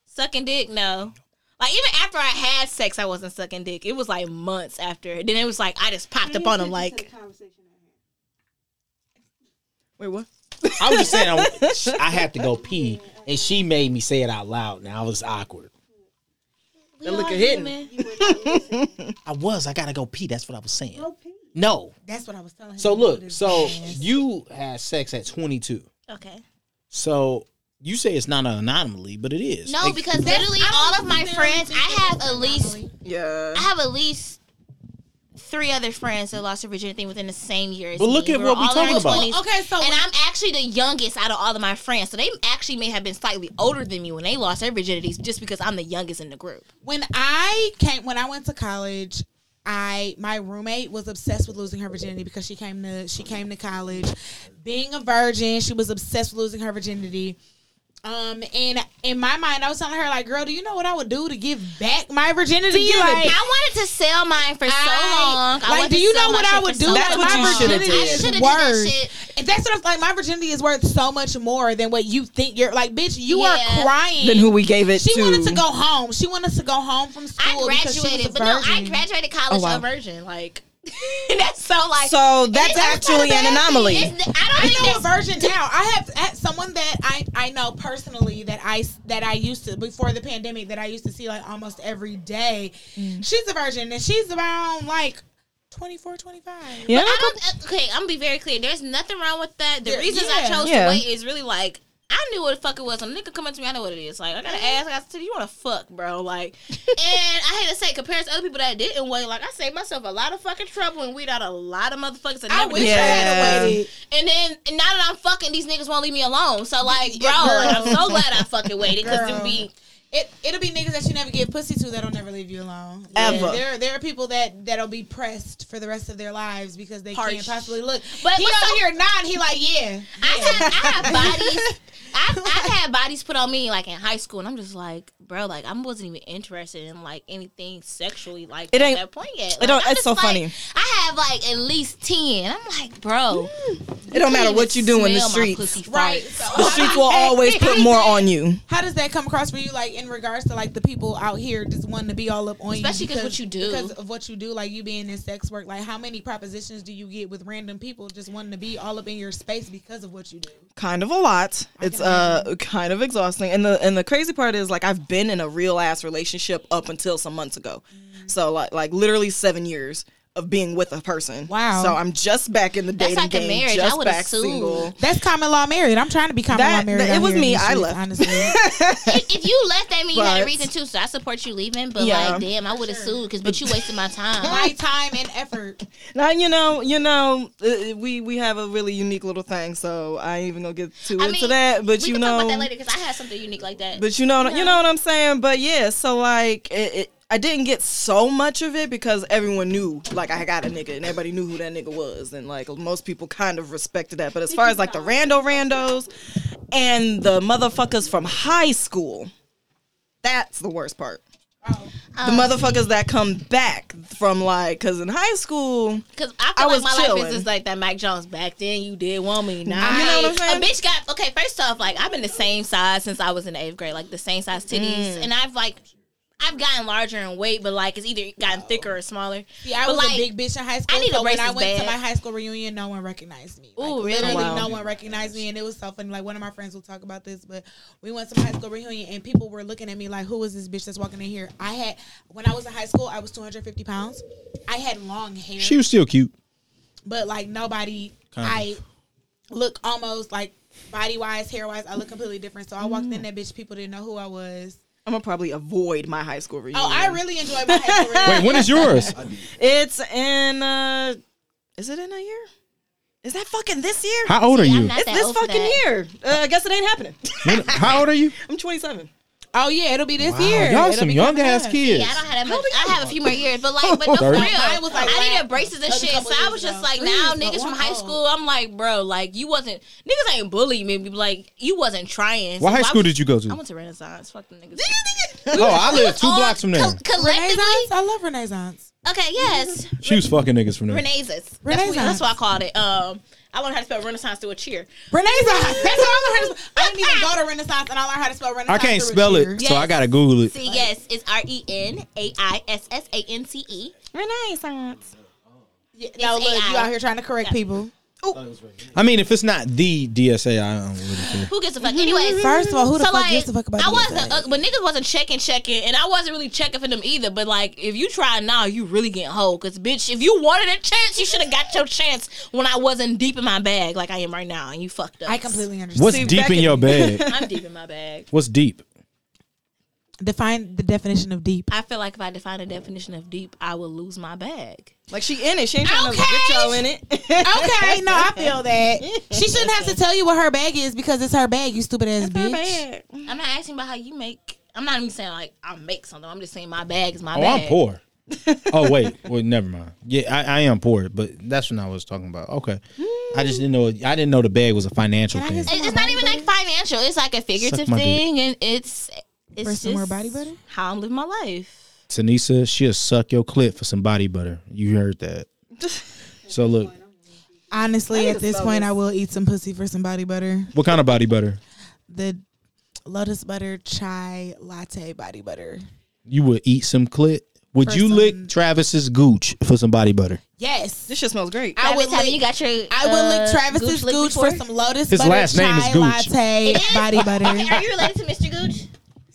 Speaker 3: sucking dick. No, like even after I had sex, I wasn't sucking dick. It was like months after. Then it was like I just popped up on them. Like
Speaker 4: Wait, what?
Speaker 2: I was just saying I, I had to go pee, and she made me say it out loud. Now I was awkward.
Speaker 3: that
Speaker 4: look are hidden.
Speaker 2: I was. I gotta go pee. That's what I was saying. No.
Speaker 1: That's what I was telling.
Speaker 2: So
Speaker 1: him.
Speaker 2: look. So you had sex at 22.
Speaker 3: Okay.
Speaker 2: So you say it's not an anomaly, but it is.
Speaker 3: No,
Speaker 2: Like,
Speaker 3: because literally all of my friends, I have at least
Speaker 4: Yeah.
Speaker 3: I have at least three other friends that lost their virginity within the same year. As
Speaker 2: But look
Speaker 3: me.
Speaker 2: at
Speaker 3: We were
Speaker 2: what we're
Speaker 3: all in our
Speaker 2: talking about.
Speaker 3: 20s.
Speaker 1: okay, so
Speaker 3: And I'm actually the youngest out of all of my friends, so they actually may have been slightly older than me when they lost their virginities, just because I'm the youngest in the group.
Speaker 1: when I came when I went to college, I my roommate was obsessed with losing her virginity because she came to she came to college being a virgin. She was obsessed with losing her virginity. Um, and in my mind, I was telling her like, "Girl, do you know what I would do to give back my virginity?
Speaker 4: give it
Speaker 1: like,
Speaker 3: I wanted to sell mine for so
Speaker 1: I-
Speaker 3: long. I
Speaker 1: like,
Speaker 3: wanted
Speaker 1: do
Speaker 3: to
Speaker 1: you
Speaker 3: sell
Speaker 1: know
Speaker 3: my
Speaker 1: what
Speaker 3: shit
Speaker 1: I
Speaker 3: for
Speaker 1: would
Speaker 3: so
Speaker 1: do?
Speaker 4: That's
Speaker 1: Like,
Speaker 4: what you
Speaker 1: my
Speaker 4: shoulda
Speaker 1: virginity
Speaker 4: did.
Speaker 3: I shoulda
Speaker 1: is
Speaker 3: did
Speaker 1: worth.
Speaker 3: that shit.
Speaker 1: If that's what I'm like, my virginity is worth so much more than what you think. You're like, bitch, you
Speaker 3: Yeah.
Speaker 1: are crying.
Speaker 4: Then who we gave it
Speaker 1: She
Speaker 4: to?
Speaker 1: wanted to go home. She wanted to go home from
Speaker 3: I
Speaker 1: school. because she was a
Speaker 3: graduated, but no, I
Speaker 1: virgin.
Speaker 3: graduated college
Speaker 4: Oh, wow.
Speaker 3: a virgin. Like that's so like
Speaker 4: So
Speaker 3: and
Speaker 4: that's
Speaker 3: it's-
Speaker 4: actually an anomaly.
Speaker 3: It's- I
Speaker 1: I
Speaker 3: don't think
Speaker 1: know a
Speaker 3: that's
Speaker 1: virgin now. I have, I have someone that I, I know personally that I that I used to before the pandemic that I used to see like almost every day.
Speaker 3: Mm.
Speaker 1: She's a virgin and she's around like 24, 25.
Speaker 4: Yeah.
Speaker 3: I don't, okay, I'm gonna be very clear. There's nothing wrong with that. The
Speaker 1: Yeah,
Speaker 3: reasons
Speaker 1: yeah.
Speaker 3: I chose
Speaker 4: Yeah.
Speaker 3: to wait is really like I knew what the fuck it was. When a nigga come up to me, I know what it is. Like I got an ass, I got to you want to fuck, bro. Like, and I hate to say, compared to other people that didn't wait, like I saved myself a lot of fucking trouble and weed out a lot of motherfuckers that
Speaker 1: I
Speaker 3: never
Speaker 1: wish
Speaker 3: did.
Speaker 1: I had
Speaker 4: Yeah.
Speaker 1: waited.
Speaker 3: And then and now that I'm fucking, these niggas won't leave me alone. So like, bro,
Speaker 1: girl.
Speaker 3: like, I'm so glad I fucking waited because
Speaker 1: Girl.
Speaker 3: it be
Speaker 1: It it'll be niggas that you never give pussy to that'll never leave you alone.
Speaker 4: Ever.
Speaker 1: There there are people that that'll be pressed for the rest of their lives because they
Speaker 3: Harsh.
Speaker 1: can't possibly look. But
Speaker 3: But
Speaker 1: he
Speaker 3: what's
Speaker 1: out
Speaker 3: so-
Speaker 1: here not. He like yeah.
Speaker 3: I had, I had bodies. I've, I've had bodies put on me like in high school, and I'm just like, bro, like I wasn't even interested in like anything sexually like
Speaker 4: It
Speaker 3: at
Speaker 4: ain't-
Speaker 3: that point yet.
Speaker 4: it
Speaker 3: Like,
Speaker 4: don't-
Speaker 3: I'm just
Speaker 4: it's so
Speaker 3: like-
Speaker 4: funny.
Speaker 3: I have like at least ten. I'm like, bro,
Speaker 4: It don't matter what you do in the streets.
Speaker 3: street,
Speaker 1: Right.
Speaker 4: The streets will always put more on you.
Speaker 1: How does that come across for you, like in regards to like the people out here just wanting to be all up on
Speaker 3: Especially
Speaker 1: you,
Speaker 3: 'cause what you do.
Speaker 1: because of what you do, like you being in sex work. Like, how many propositions do you get with random people just wanting to be all up in your space because of what you do?
Speaker 4: kind of a lot. It's uh kind of exhausting. And the and the crazy part is like I've been in a real ass relationship up until some months ago.
Speaker 3: Mm.
Speaker 4: So like like literally seven years of being with a person.
Speaker 1: Wow.
Speaker 4: So I'm just back in the
Speaker 3: That's
Speaker 4: dating
Speaker 3: like a
Speaker 4: game.
Speaker 3: marriage. I
Speaker 4: Just
Speaker 3: would
Speaker 4: back
Speaker 3: assume.
Speaker 4: single.
Speaker 1: That's common law married. I'm trying to be common
Speaker 4: That-
Speaker 1: law married.
Speaker 4: that- it
Speaker 1: out
Speaker 4: was
Speaker 1: here in
Speaker 4: me.
Speaker 1: these
Speaker 4: I
Speaker 1: streets,
Speaker 4: left.
Speaker 1: Honestly,
Speaker 3: If, if you left, that mean you had
Speaker 4: But-
Speaker 3: a reason too. So I support you leaving, but
Speaker 4: Yeah.
Speaker 3: like, damn, I would have sued because but you wasted my time.
Speaker 1: my time and effort.
Speaker 4: Now you know, you know, uh, we we have a really unique little thing. So I ain't even gonna get too
Speaker 3: I
Speaker 4: into
Speaker 3: mean,
Speaker 4: that. But
Speaker 3: we
Speaker 4: you
Speaker 3: can
Speaker 4: know,
Speaker 3: talk about that later because I had something unique like that.
Speaker 4: But you know, you know what I'm saying. But yeah, so like, it, it, I didn't get so much of it because everyone knew, like, I got a nigga, and everybody knew who that nigga was, and like most people kind of respected that. But as far as like the rando randos and the motherfuckers from high school, that's the worst part. The
Speaker 1: Um,
Speaker 4: motherfuckers that come back from like, cause in high school,
Speaker 3: Because I
Speaker 4: I
Speaker 3: feel
Speaker 4: was
Speaker 3: like my life
Speaker 4: chilling.
Speaker 3: is just like that Mike Jones back then. You did want me. Nah.
Speaker 4: You know what I'm saying?
Speaker 3: A bitch got, okay, first off, like, I've been the same size since I was in eighth grade, like the same size titties.
Speaker 1: Mm.
Speaker 3: And I've, like, I've gotten larger in weight, but, like, it's either gotten thicker or smaller.
Speaker 1: Yeah, I
Speaker 3: But,
Speaker 1: was
Speaker 3: like,
Speaker 1: a big bitch in high school.
Speaker 3: I need
Speaker 1: so
Speaker 3: a
Speaker 1: when I
Speaker 3: racist
Speaker 1: went to
Speaker 3: bag.
Speaker 1: my high school reunion, no one recognized me. Like,
Speaker 3: Ooh, really?
Speaker 1: Literally,
Speaker 4: Wow.
Speaker 1: no one recognized me, and it was so funny. Like one of my friends will talk about this, but we went to my high school reunion, and people were looking at me like, "Who is this bitch that's walking in here?" I had when I was in high school, I was 250 pounds. I had long hair,
Speaker 2: She was still cute.
Speaker 1: but like nobody,
Speaker 2: Kind of.
Speaker 1: I look almost like body wise, hair wise, I look completely different. So I walked in that bitch, people didn't know who I was.
Speaker 4: I'm gonna probably avoid my high school reunion.
Speaker 1: Oh, I really enjoyed my high school reunion.
Speaker 2: Wait, when is yours?
Speaker 4: It's in uh is it in a year? Is that fucking this year?
Speaker 2: How old are
Speaker 3: I'm
Speaker 2: you?
Speaker 3: not
Speaker 4: it's
Speaker 3: that
Speaker 4: this
Speaker 3: old for
Speaker 4: fucking
Speaker 3: that.
Speaker 4: year. Uh, I guess it ain't happening.
Speaker 2: When- how old are you?
Speaker 4: I'm 27.
Speaker 1: Oh yeah, it'll be this year.
Speaker 2: Y'all
Speaker 1: It'll
Speaker 2: some
Speaker 1: be
Speaker 2: young
Speaker 1: coming
Speaker 2: ass
Speaker 1: up.
Speaker 2: kids.
Speaker 3: Yeah, I don't have that much. I have a few more years, but like, but no, for
Speaker 2: Thirty.
Speaker 3: real,
Speaker 1: Mine was, like,
Speaker 3: I
Speaker 1: last-
Speaker 3: needed braces and
Speaker 1: a
Speaker 3: shit.
Speaker 1: couple
Speaker 3: So I
Speaker 1: years
Speaker 3: was just
Speaker 1: ago.
Speaker 3: like,
Speaker 1: Three years
Speaker 3: now
Speaker 1: ago.
Speaker 3: niggas from
Speaker 1: Wow.
Speaker 3: high school, I'm like, bro, like you wasn't niggas ain't bullying me, but like you wasn't trying. So
Speaker 2: What high
Speaker 3: why
Speaker 2: school
Speaker 3: would-
Speaker 2: did you go
Speaker 3: I
Speaker 2: to?
Speaker 3: went to Renaissance. Fuck the niggas.
Speaker 2: Oh, I live two
Speaker 3: All
Speaker 2: blocks from there.
Speaker 3: co- collectively,
Speaker 1: Renaissance. I love Renaissance.
Speaker 3: okay, yes,
Speaker 2: She was fucking niggas from there.
Speaker 3: Renaissance. That's,
Speaker 1: Renaissance.
Speaker 3: what, that's what I called it. Um, I learned how to spell Renaissance through a cheer.
Speaker 1: Renaissance. That's how I learned how to spell. I didn't even go to Renaissance and I learned how to spell
Speaker 2: I
Speaker 1: Renaissance.
Speaker 2: can't
Speaker 1: through a
Speaker 2: spell
Speaker 1: cheer.
Speaker 2: it, so I gotta Google it.
Speaker 3: See, yes, it's R E N A I S S A N C E.
Speaker 4: Renaissance.
Speaker 1: Yeah, No,
Speaker 3: It's
Speaker 1: look, you
Speaker 3: AI.
Speaker 1: out here trying to correct people.
Speaker 2: I mean, if it's not the DSA, I don't really care.
Speaker 3: Who gives a fuck? Anyways,
Speaker 1: Mm-hmm. First of all, who the fuck gives a fuck about
Speaker 3: I
Speaker 1: these
Speaker 3: wasn't, uh, but niggas wasn't checking, checking, and I wasn't really checking for them either. But like, if you try now, you really getting hoe. Cause bitch, if you wanted a chance, you should have got your chance when I wasn't deep in my bag like I am right now, and you fucked up.
Speaker 1: I completely understand.
Speaker 2: What's
Speaker 4: See,
Speaker 2: deep
Speaker 4: back
Speaker 2: in
Speaker 4: in-
Speaker 2: your bag?
Speaker 3: I'm deep in my bag.
Speaker 2: What's deep?
Speaker 1: Define the definition of deep.
Speaker 3: I feel like if I define the definition of deep, I will lose my bag.
Speaker 4: Like she in it. She ain't trying to
Speaker 1: Okay.
Speaker 4: get y'all in it.
Speaker 1: Okay, no, I feel that. She shouldn't have to tell you what her bag is because it's her bag, you stupid ass bitch.
Speaker 3: I'm not asking about how you make. I'm not even saying like I make something. I'm just saying my bag is my
Speaker 2: Oh,
Speaker 3: bag.
Speaker 2: I'm poor. oh wait, wait, never mind. Yeah, I, I am poor, but that's what I was talking about. Okay, I just didn't know. I didn't know the bag was a financial
Speaker 1: Can I
Speaker 2: thing.
Speaker 1: get some-
Speaker 3: It- It's not even like financial. It's like a figurative
Speaker 2: Suck my dick.
Speaker 3: thing, and it's it's
Speaker 1: For
Speaker 3: just
Speaker 1: some more body butter?
Speaker 3: how I'm living my life.
Speaker 2: Tanisha, she'll suck your clit for some body butter. You heard that. So look,
Speaker 1: Honestly, at this point, I will eat some pussy for some body butter.
Speaker 2: what kind of body butter?
Speaker 1: The lotus butter chai latte body butter.
Speaker 2: You would eat some clit. Would
Speaker 1: For
Speaker 2: you
Speaker 1: some-
Speaker 2: lick Travis's gooch for some body butter?
Speaker 1: Yes.
Speaker 4: This shit smells great.
Speaker 1: I would
Speaker 3: Travis, have
Speaker 1: lick-
Speaker 3: you got your.
Speaker 1: I would
Speaker 3: uh,
Speaker 1: lick Travis's
Speaker 3: licked
Speaker 1: Gooch
Speaker 3: before?
Speaker 1: for some lotus
Speaker 2: His
Speaker 1: butter
Speaker 2: last name is
Speaker 1: chai
Speaker 2: Gooch.
Speaker 1: latte
Speaker 3: It is?
Speaker 1: body butter.
Speaker 3: Okay, are you related to Mr. Gooch?